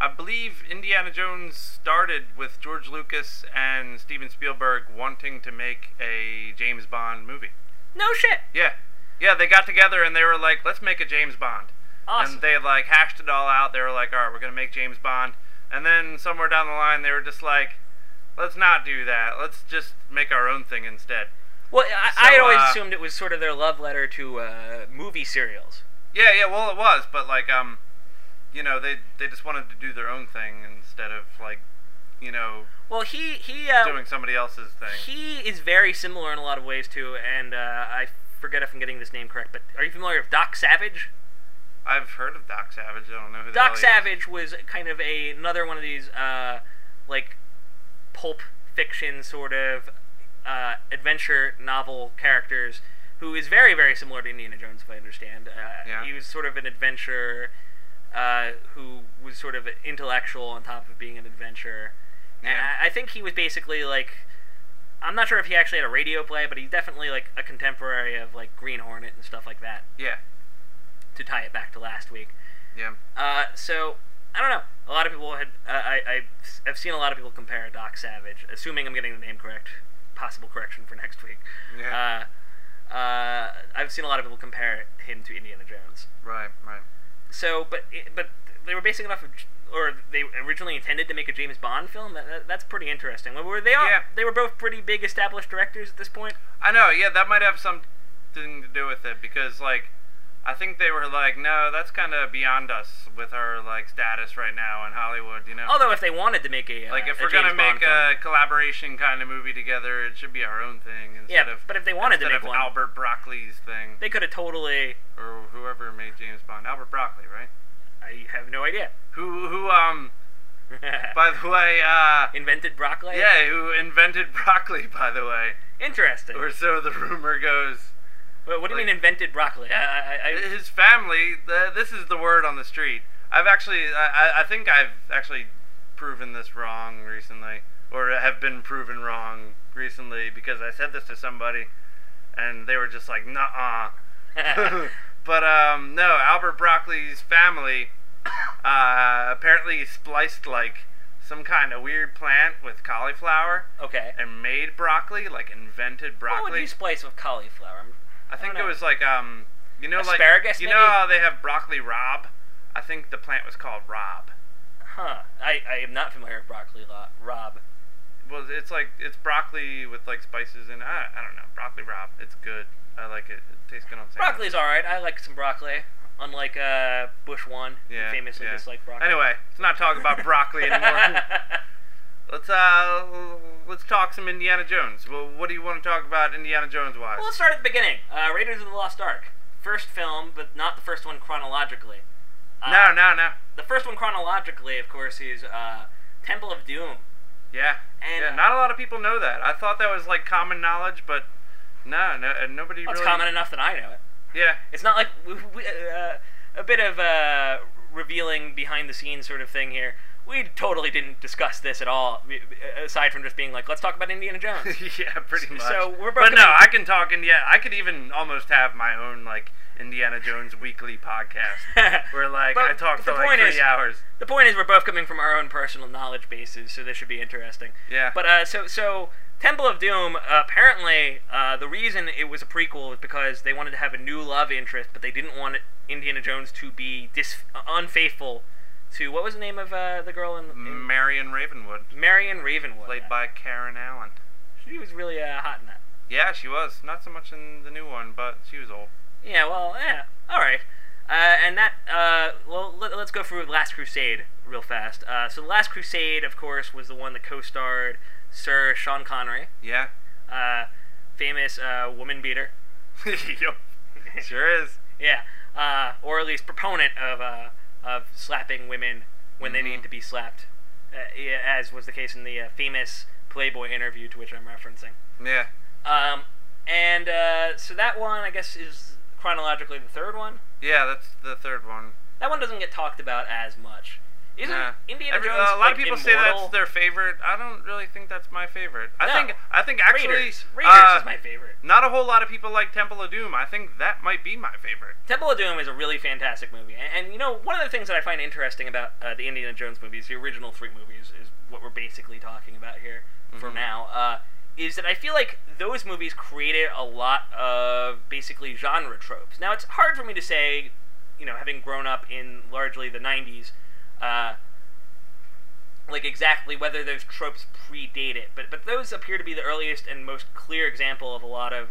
S4: I believe Indiana Jones started with George Lucas and Steven Spielberg wanting to make a James Bond movie.
S3: No shit.
S4: Yeah. Yeah, they got together and they were like, let's make a James Bond.
S3: Awesome.
S4: And they like hashed it all out. They were like, all right, we're going to make James Bond. And then somewhere down the line, they were just like, let's not do that. Let's just make our own thing instead.
S3: Well, I, I had
S4: So,
S3: always
S4: uh,
S3: assumed it was sort of their love letter to uh, movie serials.
S4: Yeah, yeah, well, it was, but like, um, you know, they they just wanted to do their own thing instead of like, you know,
S3: Well, he he uh,
S4: doing somebody else's thing.
S3: he is very similar in a lot of ways too, and uh, I forget if I'm getting this name correct, but are you familiar with Doc Savage?
S4: I've heard of Doc Savage. I don't know who the hell
S3: Doc
S4: he is.
S3: Savage was kind of a another one of these uh, like pulp fiction sort of uh, adventure novel characters who is very very similar to Indiana Jones, if I understand. Uh,
S4: Yeah.
S3: He was sort of an adventurer uh, who was sort of intellectual on top of being an adventurer, and
S4: Yeah.
S3: I, I think he was basically like. I'm not sure if he actually had a radio play, but he's definitely like a contemporary of like Green Hornet and stuff like that
S4: Yeah.
S3: to tie it back to last week.
S4: Yeah.
S3: Uh, so I don't know. A lot of people had uh, I I- I've seen a lot of people compare Doc Savage, assuming I'm getting the name correct. Possible correction for next week.
S4: Yeah.
S3: Uh, uh, I've seen a lot of people compare him to Indiana Jones.
S4: Right, right.
S3: So, but it, but they were basing it off of, J- or they originally intended to make a James Bond film. That, that, that's pretty interesting. Were they all,
S4: Yeah. Uh,
S3: They were both pretty big established directors at this point.
S4: I know, yeah, that might have something to do with it because, like, I think they were like, no, that's kind of beyond us with our, like, status right now in Hollywood, you know?
S3: Although, if they wanted to make a uh,
S4: like, if
S3: a
S4: we're
S3: James
S4: going to
S3: Bond
S4: make uh,
S3: film,
S4: a collaboration kind of movie together, it should be our own thing
S3: yeah,
S4: instead of.
S3: but if they wanted to
S4: instead
S3: make
S4: of
S3: one,
S4: Albert Broccoli's thing,
S3: they could have totally.
S4: or whoever made James Bond. Albert Broccoli, right?
S3: I have no idea.
S4: Who, who, um, by the way, uh,
S3: Invented broccoli.
S4: yeah, who invented broccoli, by the way.
S3: Interesting.
S4: Or so the rumor goes.
S3: Wha- what do you
S4: like-
S3: mean invented broccoli? I, I, I,
S4: his family. The, this is the word on the street. I've actually, I, I- I think I've actually proven this wrong recently, or have been proven wrong recently because I said this to somebody, and they were just like, "Nah." but um, no, Albert Broccoli's family uh, apparently spliced like some kind of weird plant with cauliflower
S3: okay.
S4: and made broccoli, like invented broccoli.
S3: What would you splice with cauliflower? I'm-
S4: I
S3: don't
S4: think it
S3: know.
S4: was like um, you know,
S3: Asparagus,
S4: like you
S3: maybe?
S4: know how they have broccoli rob. I think the plant was called rob.
S3: Huh. I, I am not familiar with broccoli. Lo- Rob.
S4: Well, it's like it's broccoli with like spices in. it. I, I don't know, broccoli rob. It's good. I like it. It tastes good on sandwich.
S3: Broccoli's all right. I like some broccoli. Unlike uh, Bush One,
S4: Yeah,
S3: who famously
S4: yeah.
S3: disliked broccoli.
S4: Anyway, let's not talk about broccoli anymore. let's uh, let's talk some Indiana Jones. Well, what do you want to talk about Indiana Jones wise?
S3: well, let's start at the beginning. Uh, Raiders of the Lost Ark, first film, but not the first one chronologically. Uh,
S4: no, no, no.
S3: The first one chronologically, of course, is uh, Temple of Doom.
S4: Yeah.
S3: And-
S4: yeah, not a lot of people know that. I thought that was like common knowledge, but no, no, uh, nobody
S3: Well,
S4: really.
S3: It's common enough that I know it.
S4: Yeah,
S3: It's not like we, we, uh, a bit of uh, revealing behind the scenes sort of thing here. We totally didn't discuss this at all, we- aside from just being like, let's talk about Indiana Jones.
S4: yeah, pretty much.
S3: So we're both
S4: but no,
S3: gonna-
S4: I can talk Indiana. I could even almost have my own like Indiana Jones weekly podcast where like
S3: But
S4: I talk
S3: the
S4: for like
S3: point
S4: three
S3: is-
S4: hours.
S3: The point is, we're both coming from our own personal knowledge bases, so this should be interesting.
S4: Yeah.
S3: But uh, so so Temple of Doom. Uh, apparently, uh, the reason it was a prequel is because they wanted to have a new love interest, but they didn't want it- Indiana Jones to be dis- uh, unfaithful to what was the name of uh, the girl in,
S4: Mm-hmm.
S3: in
S4: Marion Ravenwood,
S3: Marion Ravenwood?
S4: played by Karen Allen.
S3: She was really uh, hot in that.
S4: Yeah, she was not so much in the new one, but she was old.
S3: Yeah. Well. Yeah. All right. Uh, and that uh, well, let, us go through Last Crusade real fast. Uh, so the Last Crusade, of course, was the one that co-starred Sir Sean Connery.
S4: Yeah.
S3: uh, famous uh, woman beater.
S4: Yup. Sure is.
S3: Yeah, uh, or at least proponent of uh, of slapping women when they need to be slapped, uh, yeah, as was the case in the uh, famous Playboy interview to which I'm referencing.
S4: Yeah.
S3: Um, and uh, so that one, I guess, is chronologically the third one.
S4: Yeah, that's the third one.
S3: That one doesn't get talked about as much. Isn't
S4: Nah.
S3: Indiana
S4: Every-
S3: Jones
S4: uh, a lot
S3: like,
S4: of people say
S3: immortal?
S4: that's their favorite. I don't really think that's my favorite. I
S3: No.
S4: think I think actually
S3: Raiders. Raiders
S4: uh,
S3: is my favorite.
S4: Not a whole lot of people like Temple of Doom. I think that might be my favorite.
S3: Temple of Doom is a really fantastic movie, and, and you know one of the things that I find interesting about uh, the Indiana Jones movies, the original three movies, is what we're basically talking about here for now. Uh, is that I feel like those movies created a lot of basically genre tropes. Now it's hard for me to say, you know, having grown up in largely the '90s, uh, like exactly whether those tropes predate it, but but those appear to be the earliest and most clear example of a lot of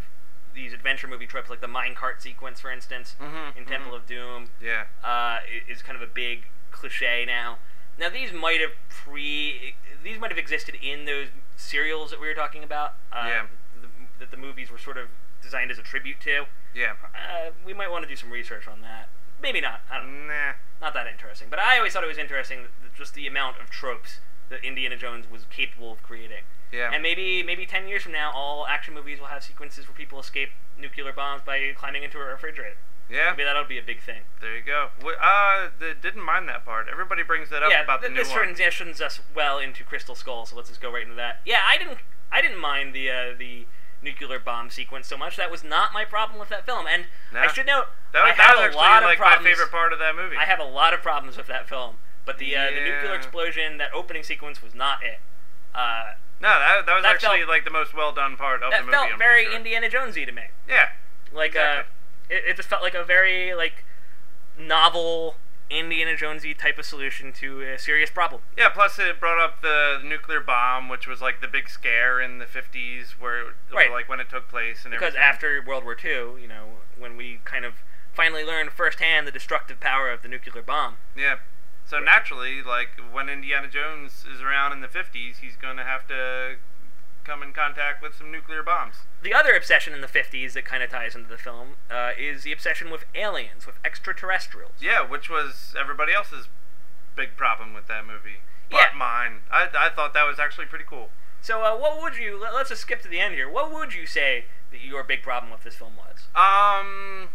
S3: these adventure movie tropes, like the minecart sequence, for instance,
S4: Mhm,
S3: in Temple of Doom,
S4: Yeah.
S3: uh, i- is kind of a big cliche now. Now these might have pre these might have existed in those serials that we were talking about, uh,
S4: Yeah.
S3: the, that the movies were sort of designed as a tribute to.
S4: Yeah.
S3: Uh, we might want to do some research on that. Maybe not. I don't know
S4: Nah.
S3: not that interesting. But I always thought it was interesting that that just the amount of tropes that Indiana Jones was capable of creating.
S4: Yeah.
S3: And maybe maybe ten years from now, all action movies will have sequences where people escape nuclear bombs by climbing into a refrigerator.
S4: yeah.
S3: Maybe that'll be a big thing.
S4: There you go. Wh- Uh, they didn't mind that part. Everybody brings that up
S3: yeah,
S4: about the
S3: th-
S4: new
S3: this
S4: one.
S3: transitions us well into Crystal Skull, so let's just go right into that. Yeah, I didn't I didn't mind the uh, the nuclear bomb sequence so much. That was not my problem with that film. And I
S4: No.
S3: should note
S4: That was,
S3: I
S4: that
S3: had
S4: was
S3: a
S4: actually
S3: lot of
S4: like
S3: problems.
S4: my favorite part of that movie.
S3: I have a lot of problems with that film, but the uh, the nuclear
S4: Yeah.
S3: explosion, that opening sequence was not it. Uh,
S4: no, that, that was
S3: that
S4: actually
S3: felt-
S4: like the most well done part of the
S3: that
S4: movie.
S3: felt
S4: I'm pretty
S3: very
S4: sure.
S3: Indiana Jonesy to me.
S4: Yeah,
S3: Like
S4: Exactly.
S3: uh, it, it just felt like a very like novel Indiana Jonesy type of solution to a serious problem.
S4: yeah. Plus, it brought up the nuclear bomb, which was like the big scare in the '50s, where
S3: Right.
S4: like when it took place and
S3: Because
S4: everything.
S3: after World War II, you know, when we kind of finally learned firsthand the destructive power of the nuclear bomb.
S4: Yeah. So naturally, like when Indiana Jones is around in the '50s, he's gonna have to come in contact with some nuclear bombs.
S3: The other obsession in the 50s that kind of ties into the film uh, is the obsession with aliens, with extraterrestrials.
S4: Yeah, which was everybody else's big problem with that movie.
S3: Yeah.
S4: But mine. I, I thought that was actually pretty cool.
S3: So, uh, what would you, let, us just skip to the end here, what would you say that your big problem with this film was?
S4: Um,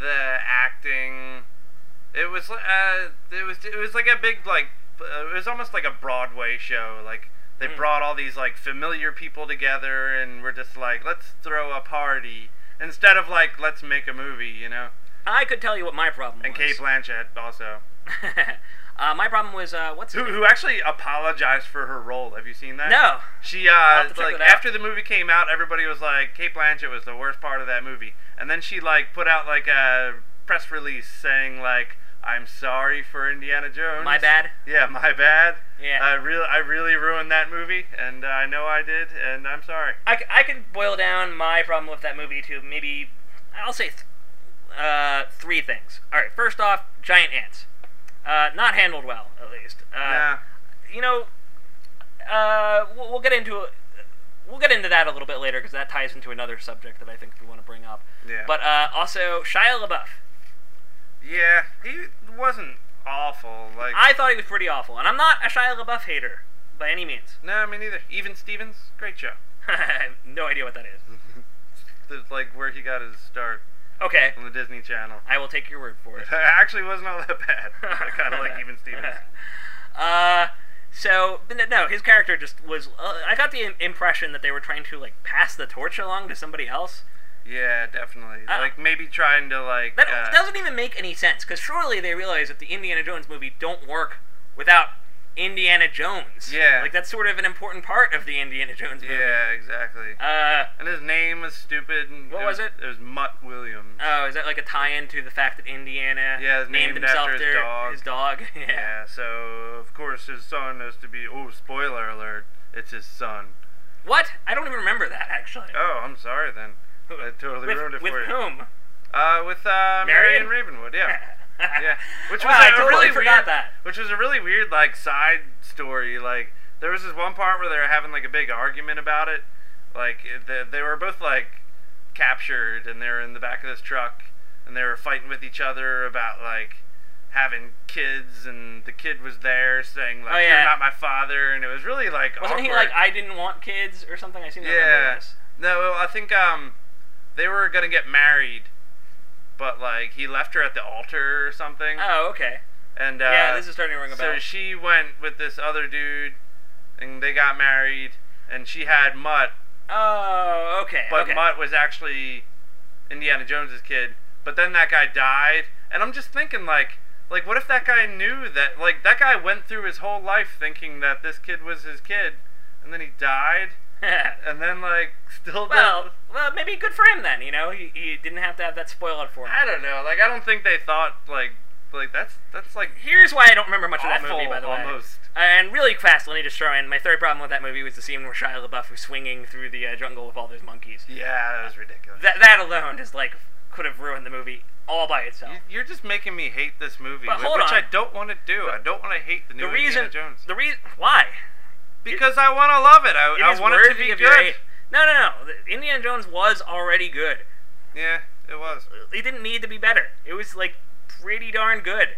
S4: the acting. It was uh, it was it was like a big like uh, it was almost like a Broadway show. Like they
S3: Mm.
S4: brought all these like familiar people together, and we're just like, let's throw a party instead of like let's make a movie, you know.
S3: I could tell you what my problem
S4: And Kate
S3: was.
S4: Blanchett also,
S3: uh, my problem was, uh, what's
S4: who
S3: her
S4: who actually apologized for her role. Have you seen that?
S3: No.
S4: She
S3: have
S4: uh
S3: to check
S4: like
S3: that out.
S4: after the movie came out, everybody was like, Kate Blanchett was the worst part of that movie, and then she like put out like a press release saying like, I'm sorry for Indiana Jones.
S3: My bad.
S4: Yeah, my bad.
S3: Yeah.
S4: I really I really ruined that movie, and uh, I know I did, and I'm sorry.
S3: I, c- I can boil down my problem with that movie to maybe, I'll say th- uh, three things. All right, first off, giant ants. Uh, not handled well, at least. Uh,
S4: nah.
S3: you know, uh, we'll, we'll get into we'll get into that a little bit later because that ties into another subject that I think we want to bring up.
S4: Yeah.
S3: But uh, also Shia LaBeouf,
S4: Yeah, he wasn't awful. Like
S3: I thought he was pretty awful, and I'm not a Shia LaBeouf hater by any means.
S4: no, me neither. Even Stevens, great show.
S3: I have no idea what that is.
S4: That's like where he got his start
S3: Okay,
S4: on the Disney Channel.
S3: I will take your word for it.
S4: It actually wasn't all that bad. I kind of like even Stevens.
S3: Uh, so but no- no, his character just was. Uh, I got the im- impression that they were trying to like pass the torch along to somebody else.
S4: Yeah, definitely.
S3: I-
S4: like maybe trying to like.
S3: Ah. That
S4: uh,
S3: doesn't even make any sense because surely they realize that the Indiana Jones movie don't work without Indiana Jones.
S4: Yeah.
S3: like that's sort of an important part of the Indiana Jones movie.
S4: yeah, exactly.
S3: Uh,
S4: and his name was stupid. and
S3: What was it?
S4: It was Mutt Williams.
S3: oh, is that like a tie-in to the fact that Indiana
S4: Yeah, it's
S3: named
S4: named
S3: himself
S4: after his
S3: their-
S4: dog.
S3: his dog? Yeah.
S4: yeah. So of course his son has to be. Oh, spoiler alert! It's his son.
S3: What? I don't even remember that actually.
S4: Oh, I'm sorry then. I totally
S3: with,
S4: ruined it
S3: with
S4: for you.
S3: whom?
S4: Uh, with uh,
S3: Marion?
S4: Marion Ravenwood. Yeah. yeah, which
S3: Wow,
S4: was
S3: I
S4: a
S3: totally
S4: really
S3: forgot
S4: weird,
S3: that.
S4: Which was a really weird like side story. Like there was this one part where they were having like a big argument about it. Like it- they, they were both like captured and they were in the back of this truck and they were fighting with each other about like having kids and the kid was there saying like
S3: Oh, yeah.
S4: you're not my father and it was really like
S3: Wasn't
S4: awkward.
S3: he like I didn't want kids or something? I seem to remember
S4: Yeah.
S3: this.
S4: No, well, I think um, they were gonna get married, but like he left her at the altar or something.
S3: Oh, okay.
S4: And uh,
S3: yeah, this is starting to ring a bell.
S4: so she went with this other dude, and they got married, and she had Mutt,
S3: oh, okay.
S4: but
S3: okay.
S4: Mutt was actually Indiana Jones's kid. But then that guy died, and I'm just thinking like. Like, what if that guy knew that? Like, that guy went through his whole life thinking that this kid was his kid, and then he died, and then like still.
S3: Well,
S4: did-
S3: well, maybe good for him then. You know, he, he didn't have to have that spoiled for him.
S4: I don't know. Like I don't think they thought like like that's that's like
S3: Here's why I don't remember much of that
S4: Awful,
S3: movie, by the way.
S4: almost.
S3: Uh, and really fast, let me just throw in my third problem with that movie was the scene where Shia LaBeouf was swinging through the uh, jungle with all those monkeys.
S4: yeah, that was ridiculous.
S3: That that alone just like could have ruined the movie all by itself.
S4: You- You're just making me hate this movie,
S3: But
S4: whi-
S3: hold
S4: which
S3: on.
S4: I don't want to do. I don't want to hate the new
S3: the reason,
S4: Indiana Jones
S3: the reason why
S4: because I want to love it. I,
S3: it
S4: I
S3: is
S4: want
S3: worthy
S4: it to be
S3: of
S4: good.
S3: your hate. No, no, no. The- Indiana Jones was already good.
S4: Yeah, it was.
S3: It didn't need to be better. It was like pretty darn good.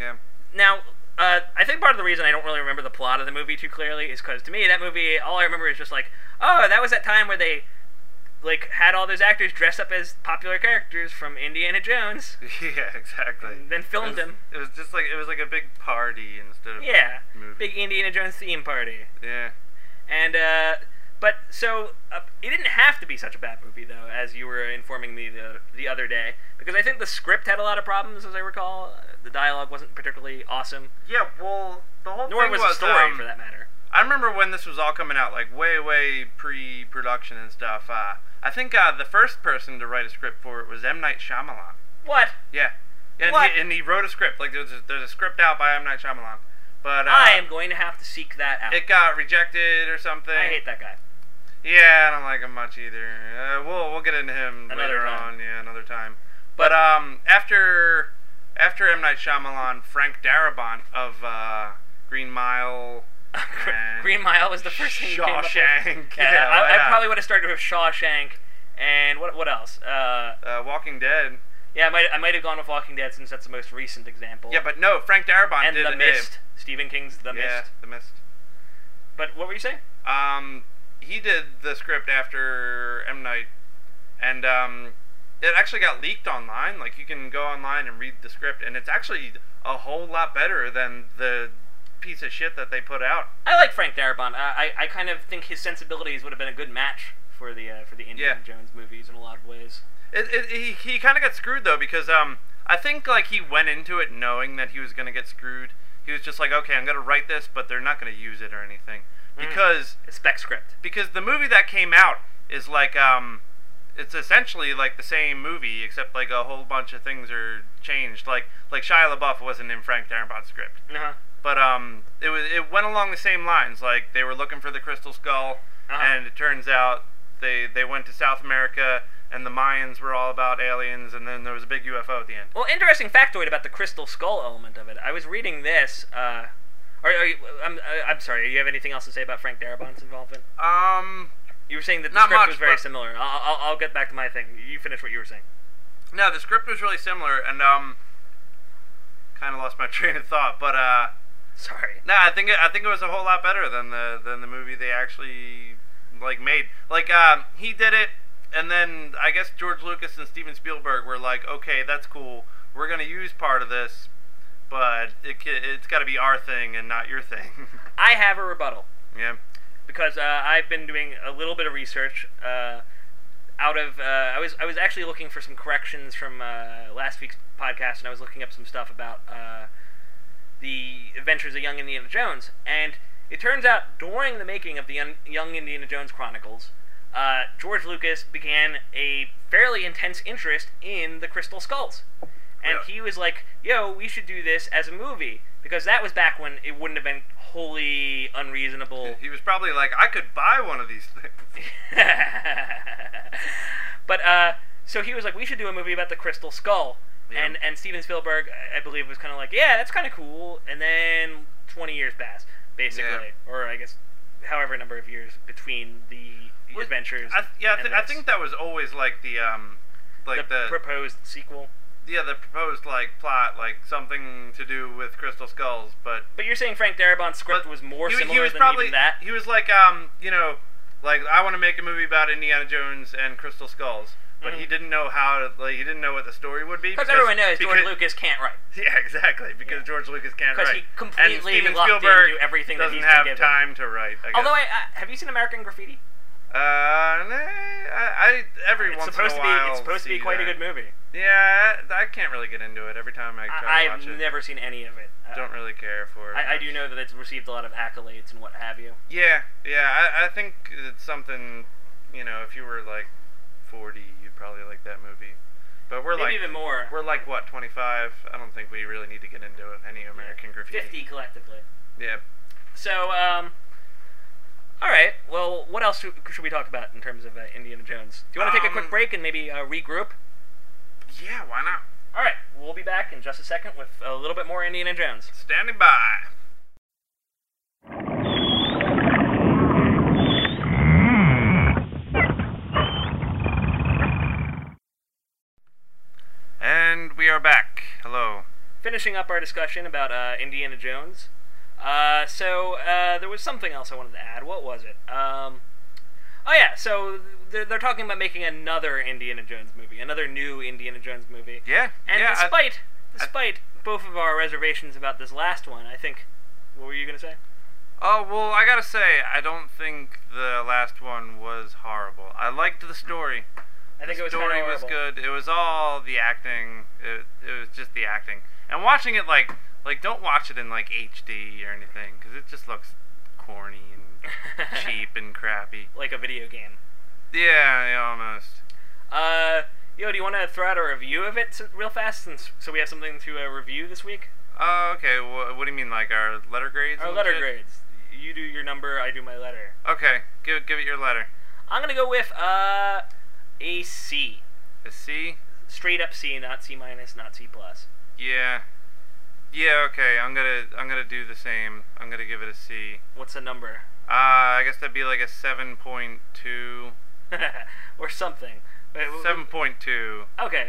S4: Yeah,
S3: Now, uh, I think part of the reason I don't really remember the plot of the movie too clearly is because to me that movie, all I remember is just like, oh, that was that time where they like had all those actors dress up as popular characters from Indiana Jones.
S4: yeah, exactly.
S3: And then filmed
S4: it was,
S3: him.
S4: It was just like it was like a big party instead of
S3: Yeah,
S4: Movie.
S3: big Indiana Jones theme party,
S4: yeah.
S3: and uh, But so uh, it didn't have to be such a bad movie, though, as you were informing me the the other day, because I think the script had a lot of problems, as I recall. Uh, The dialogue wasn't particularly awesome,
S4: Yeah, well, the whole
S3: nor
S4: thing
S3: was the story,
S4: um,
S3: for that matter.
S4: I remember when this was all coming out, like way, way pre-production and stuff. Uh, I think uh, the first person to write a script for it was M. Night Shyamalan.
S3: What?
S4: Yeah, and
S3: What?
S4: he and he wrote a script. Like there's a, there's a script out by M. Night Shyamalan, but uh,
S3: I am going to have to seek that out.
S4: it got rejected or something.
S3: I hate that guy.
S4: Yeah, I don't like him much either. Uh, we'll we'll get into him
S3: Another
S4: later
S3: time.
S4: on. Yeah, another time.
S3: But-
S4: But, um, after after M Night Shyamalan, Frank Darabont of uh, Green Mile, and
S3: Green Mile was the first thing. that came up with.
S4: Shawshank.
S3: Yeah,
S4: yeah,
S3: I,
S4: why
S3: I
S4: not?
S3: probably would have started with Shawshank, and what what else? Uh,
S4: uh, Walking Dead.
S3: yeah, I might I might have gone with Walking Dead since that's the most recent example.
S4: Yeah, but no, Frank Darabont
S3: and
S4: did
S3: The
S4: it.
S3: Mist, Stephen King's The
S4: yeah,
S3: Mist.
S4: The Mist.
S3: But what were you saying?
S4: Um, he did the script after M Night, and um, it actually got leaked online. Like you can go online and read the script, and it's actually a whole lot better than the piece of shit that they put out.
S3: I like Frank Darabont. I, I, I kind of think his sensibilities would have been a good match for the uh, for the Indiana
S4: Yeah.
S3: Jones movies in a lot of ways.
S4: It, it, he he kind of got screwed though because um I think like he went into it knowing that he was gonna get screwed. He was just like, okay, I'm gonna write this, but they're not gonna use it or anything
S3: Mm.
S4: because
S3: A spec script.
S4: because the movie that came out is like um it's essentially like the same movie except like a whole bunch of things are changed like like Shia LaBeouf wasn't in Frank Darabont's script
S3: Uh-huh.
S4: but um it was it went along the same lines like they were looking for the crystal skull
S3: Uh-huh.
S4: and it turns out they they went to South America and the Mayans were all about aliens and then there was a big UFO at the end
S3: Well, interesting factoid about the crystal skull element of it. I was reading this. Uh, are, are you, I'm, I- I'm sorry. Do you have anything else to say about Frank Darabont's involvement?
S4: um
S3: You were saying that the
S4: Not
S3: script
S4: much,
S3: was very
S4: but-
S3: similar. I'll, I'll, I'll get back to my thing. You finish what you were saying.
S4: No, the script was really similar, and um, kind of lost my train of thought. But uh,
S3: Sorry.
S4: no, I think it, I think it was a whole lot better than the than the movie they actually like made. Like um, he did it, and then I guess George Lucas and Steven Spielberg were like, okay, that's cool. We're gonna use part of this, but it ca- it's got to be our thing and not your thing.
S3: I have a rebuttal.
S4: yeah.
S3: because uh, I've been doing a little bit of research. Uh, out of uh, I was I was actually looking for some corrections from uh, last week's podcast, and I was looking up some stuff about uh, the Adventures of Young Indiana Jones, and it turns out during the making of the Young- Young Indiana Jones Chronicles. Uh, George Lucas began a fairly intense interest in the crystal skulls, and
S4: Really?
S3: he was like, "Yo, we should do this as a movie," because that was back when it wouldn't have been wholly unreasonable
S4: He was probably like, I could buy one of these things.
S3: but uh, so he was like, we should do a movie about the crystal skull,
S4: Yeah.
S3: and and Steven Spielberg, I- I believe, was kind of like, yeah, that's kind of cool. And then twenty years pass, basically, or I guess however number of years between the
S4: Was-
S3: adventures.
S4: I, yeah, I,
S3: and
S4: th- I
S3: this.
S4: think that was always like the um, like the,
S3: proposed sequel.
S4: yeah, the proposed like plot, like something to do with crystal skulls, but
S3: But you're saying Frank Darabont's script
S4: but
S3: was more
S4: he,
S3: similar
S4: he was
S3: than
S4: probably
S3: even that?
S4: he was like um, you know, like I want to make a movie about Indiana Jones and crystal skulls, but he
S3: Mhm.
S4: didn't know how to, like he didn't know what the story would be
S3: Because everyone knows George
S4: because-
S3: Lucas can't write.
S4: Yeah, exactly, because
S3: Yeah.
S4: George Lucas can't
S3: 'Cause
S4: write.
S3: he completely
S4: and Steven
S3: locked
S4: Spielberg
S3: into everything that
S4: doesn't
S3: he's been
S4: have
S3: given.
S4: time to write. I guess.
S3: Although, I, I, have you seen American Graffiti?
S4: uh, nah, I, I every
S3: It's
S4: once
S3: supposed
S4: in a
S3: to be.
S4: while
S3: It's supposed to be
S4: see
S3: quite a
S4: that.
S3: good movie.
S4: Yeah, I, I can't really get into it. Every time I try
S3: I,
S4: to watch
S3: I've
S4: it,
S3: never seen any of it. Uh,
S4: don't really care for. it
S3: I, I
S4: much.
S3: do know that it's received a lot of accolades and what have you.
S4: Yeah, yeah. I, I think it's something, you know, if you were like 40, you'd probably like that movie. But we're
S3: Maybe
S4: like
S3: even more.
S4: we're like what 25. I don't think we really need to get into any American graffiti.
S3: Fifty collectively.
S4: Yeah.
S3: So, um, all right. Well, what else should should we talk about in terms of uh, Indiana Jones? Do you want to take a
S4: Um,
S3: quick break and maybe uh, regroup?
S4: Yeah. Why not?
S3: All right, we'll be back in just a second with a little bit more Indiana Jones.
S4: Standing by. And we are back. Hello.
S3: Finishing up our discussion about uh, Indiana Jones. Uh, so uh, there was something else I wanted to add. What was it? Um, oh yeah. So they're, they're talking about making another Indiana Jones movie, another new Indiana Jones movie.
S4: Yeah.
S3: And
S4: yeah, I-
S3: despite despite both of our reservations about this last one, I think what were you gonna say?
S4: Oh well, I gotta say, I don't think the last one was horrible. I liked the story.
S3: I think
S4: the
S3: it was
S4: story
S3: kinda
S4: was
S3: horrible.
S4: good. It was all the acting. It, it was just the acting. And watching it like like don't watch it in like HD or anything because it just looks corny and cheap and crappy.
S3: like a video game.
S4: Yeah, yeah, almost.
S3: Uh, yo, do you want to throw out a review of it s- real fast, since so we have something to uh, review this week?
S4: Oh, okay. Wha what do you mean, like our letter grades?
S3: Our
S4: and
S3: letter
S4: shit?
S3: grades. You do your number, I do my letter.
S4: Okay, give give it your letter.
S3: I'm gonna go with uh, a C,
S4: A C.
S3: straight up C, not C minus, not C plus.
S4: Yeah. Yeah. Okay. I'm gonna I'm gonna do the same. I'm gonna give it a C.
S3: What's the number?
S4: Uh, I guess that'd be like a 7.2.
S3: or something. Wait, wh-
S4: 7.2.
S3: Okay,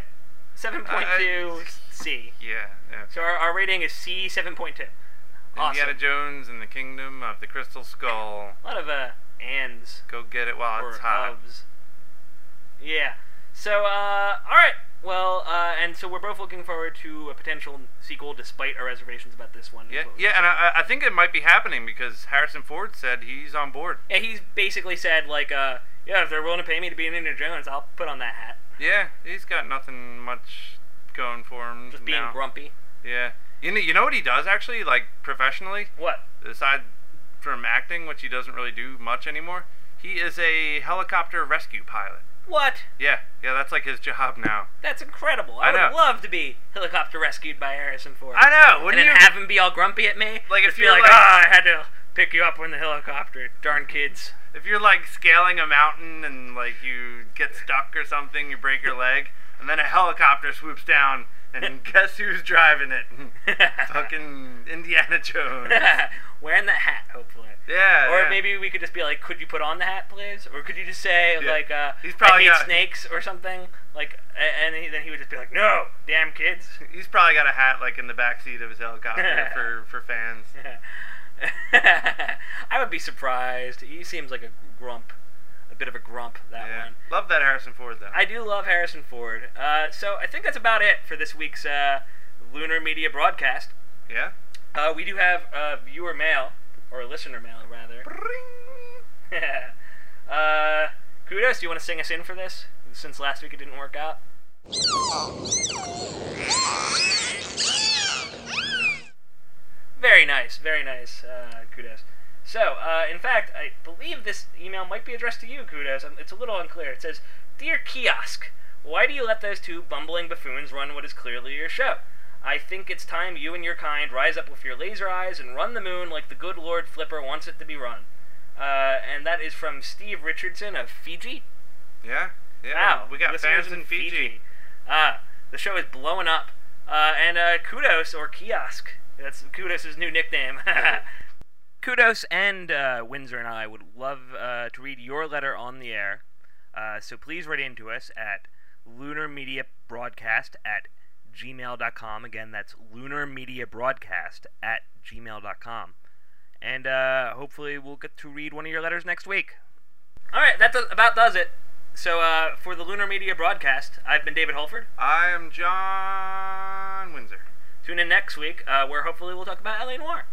S3: seven point two C.
S4: Yeah. yeah.
S3: So our, our rating is C seven point two. Awesome.
S4: Indiana Jones and the Kingdom of the Crystal Skull.
S3: A lot of uh ands.
S4: Go get it while
S3: or
S4: it's hot.
S3: ofs. Yeah. So, uh, alright. Well, uh, and so we're both looking forward to a potential sequel despite our reservations about this one. is
S4: Yeah.
S3: what we-
S4: Yeah. And I, I- I think it might be happening because Harrison Ford said he's on board.
S3: Yeah, he's basically said, like, uh, yeah, if they're willing to pay me to be an Indiana Jones, I'll put on that hat.
S4: Yeah. He's got nothing much going for him.
S3: Just being
S4: now.
S3: grumpy.
S4: Yeah. You know, you know what he does actually, like professionally,
S3: What?
S4: aside from acting, which he doesn't really do much anymore. He is a helicopter rescue pilot.
S3: What?
S4: Yeah, yeah, that's like his job now.
S3: That's incredible. I,
S4: I
S3: would
S4: know.
S3: love to be helicopter rescued by Harrison Ford.
S4: I know.
S3: And
S4: Wouldn't
S3: then
S4: you?
S3: have him be all grumpy at me.
S4: Like, if
S3: Just be
S4: you're
S3: like,
S4: like-
S3: ah, I had to pick you up in the helicopter. Darn kids.
S4: if you're like scaling a mountain and like you get stuck or something, you break your leg, and then a helicopter swoops down, and guess who's driving it? Fucking Indiana Jones.
S3: Wearing that hat, hopefully.
S4: Yeah.
S3: Or
S4: yeah.
S3: maybe we could just be like, could you put on the hat, please? Or could you just say
S4: Yeah.
S3: like, uh,
S4: He's probably
S3: I hate
S4: got-
S3: snakes or something? Like, a- and he, then he would just be like, no, damn kids.
S4: he's probably got a hat like in the back seat of his helicopter for for fans.
S3: I would be surprised. He seems like a grump, a bit of a grump. That
S4: Yeah.
S3: one.
S4: Love that Harrison Ford though.
S3: I do love Harrison Ford. Uh, so I think that's about it for this week's uh, Lunar Media broadcast.
S4: yeah.
S3: Uh, we do have uh, viewer mail or listener mail rather. uh, Kudos, do you want to sing us in for this? Since last week it didn't work out. Very nice, very nice, uh, Kudos. So, uh, in fact, I believe this email might be addressed to you, Kudos. Um, It's a little unclear. It says, Dear Kiosk, why do you let those two bumbling buffoons run what is clearly your show? I think it's time you and your kind rise up with your laser eyes and run the moon like the good Lord Flipper wants it to be run. Uh, and that is from Steve Richardson of Fiji.
S4: Yeah. Yeah.
S3: Wow,
S4: We got
S3: listeners
S4: fans in Fiji.
S3: Ah, the show is blowing up. Uh, and uh, kudos or kiosk. That's Kudos' new nickname. kudos and uh, Windsor and I would love uh, to read your letter on the air. Uh, so please write into us at lunarmediabroadcast at gmail.com. Again, that's lunarmediabroadcast at gmail.com. And uh, hopefully we'll get to read one of your letters next week. All right, that does, about does it. So uh, for the Lunar Media broadcast, I've been David Holford.
S4: I am John Windsor.
S3: Tune in next week, uh, where hopefully we'll talk about LA Noir.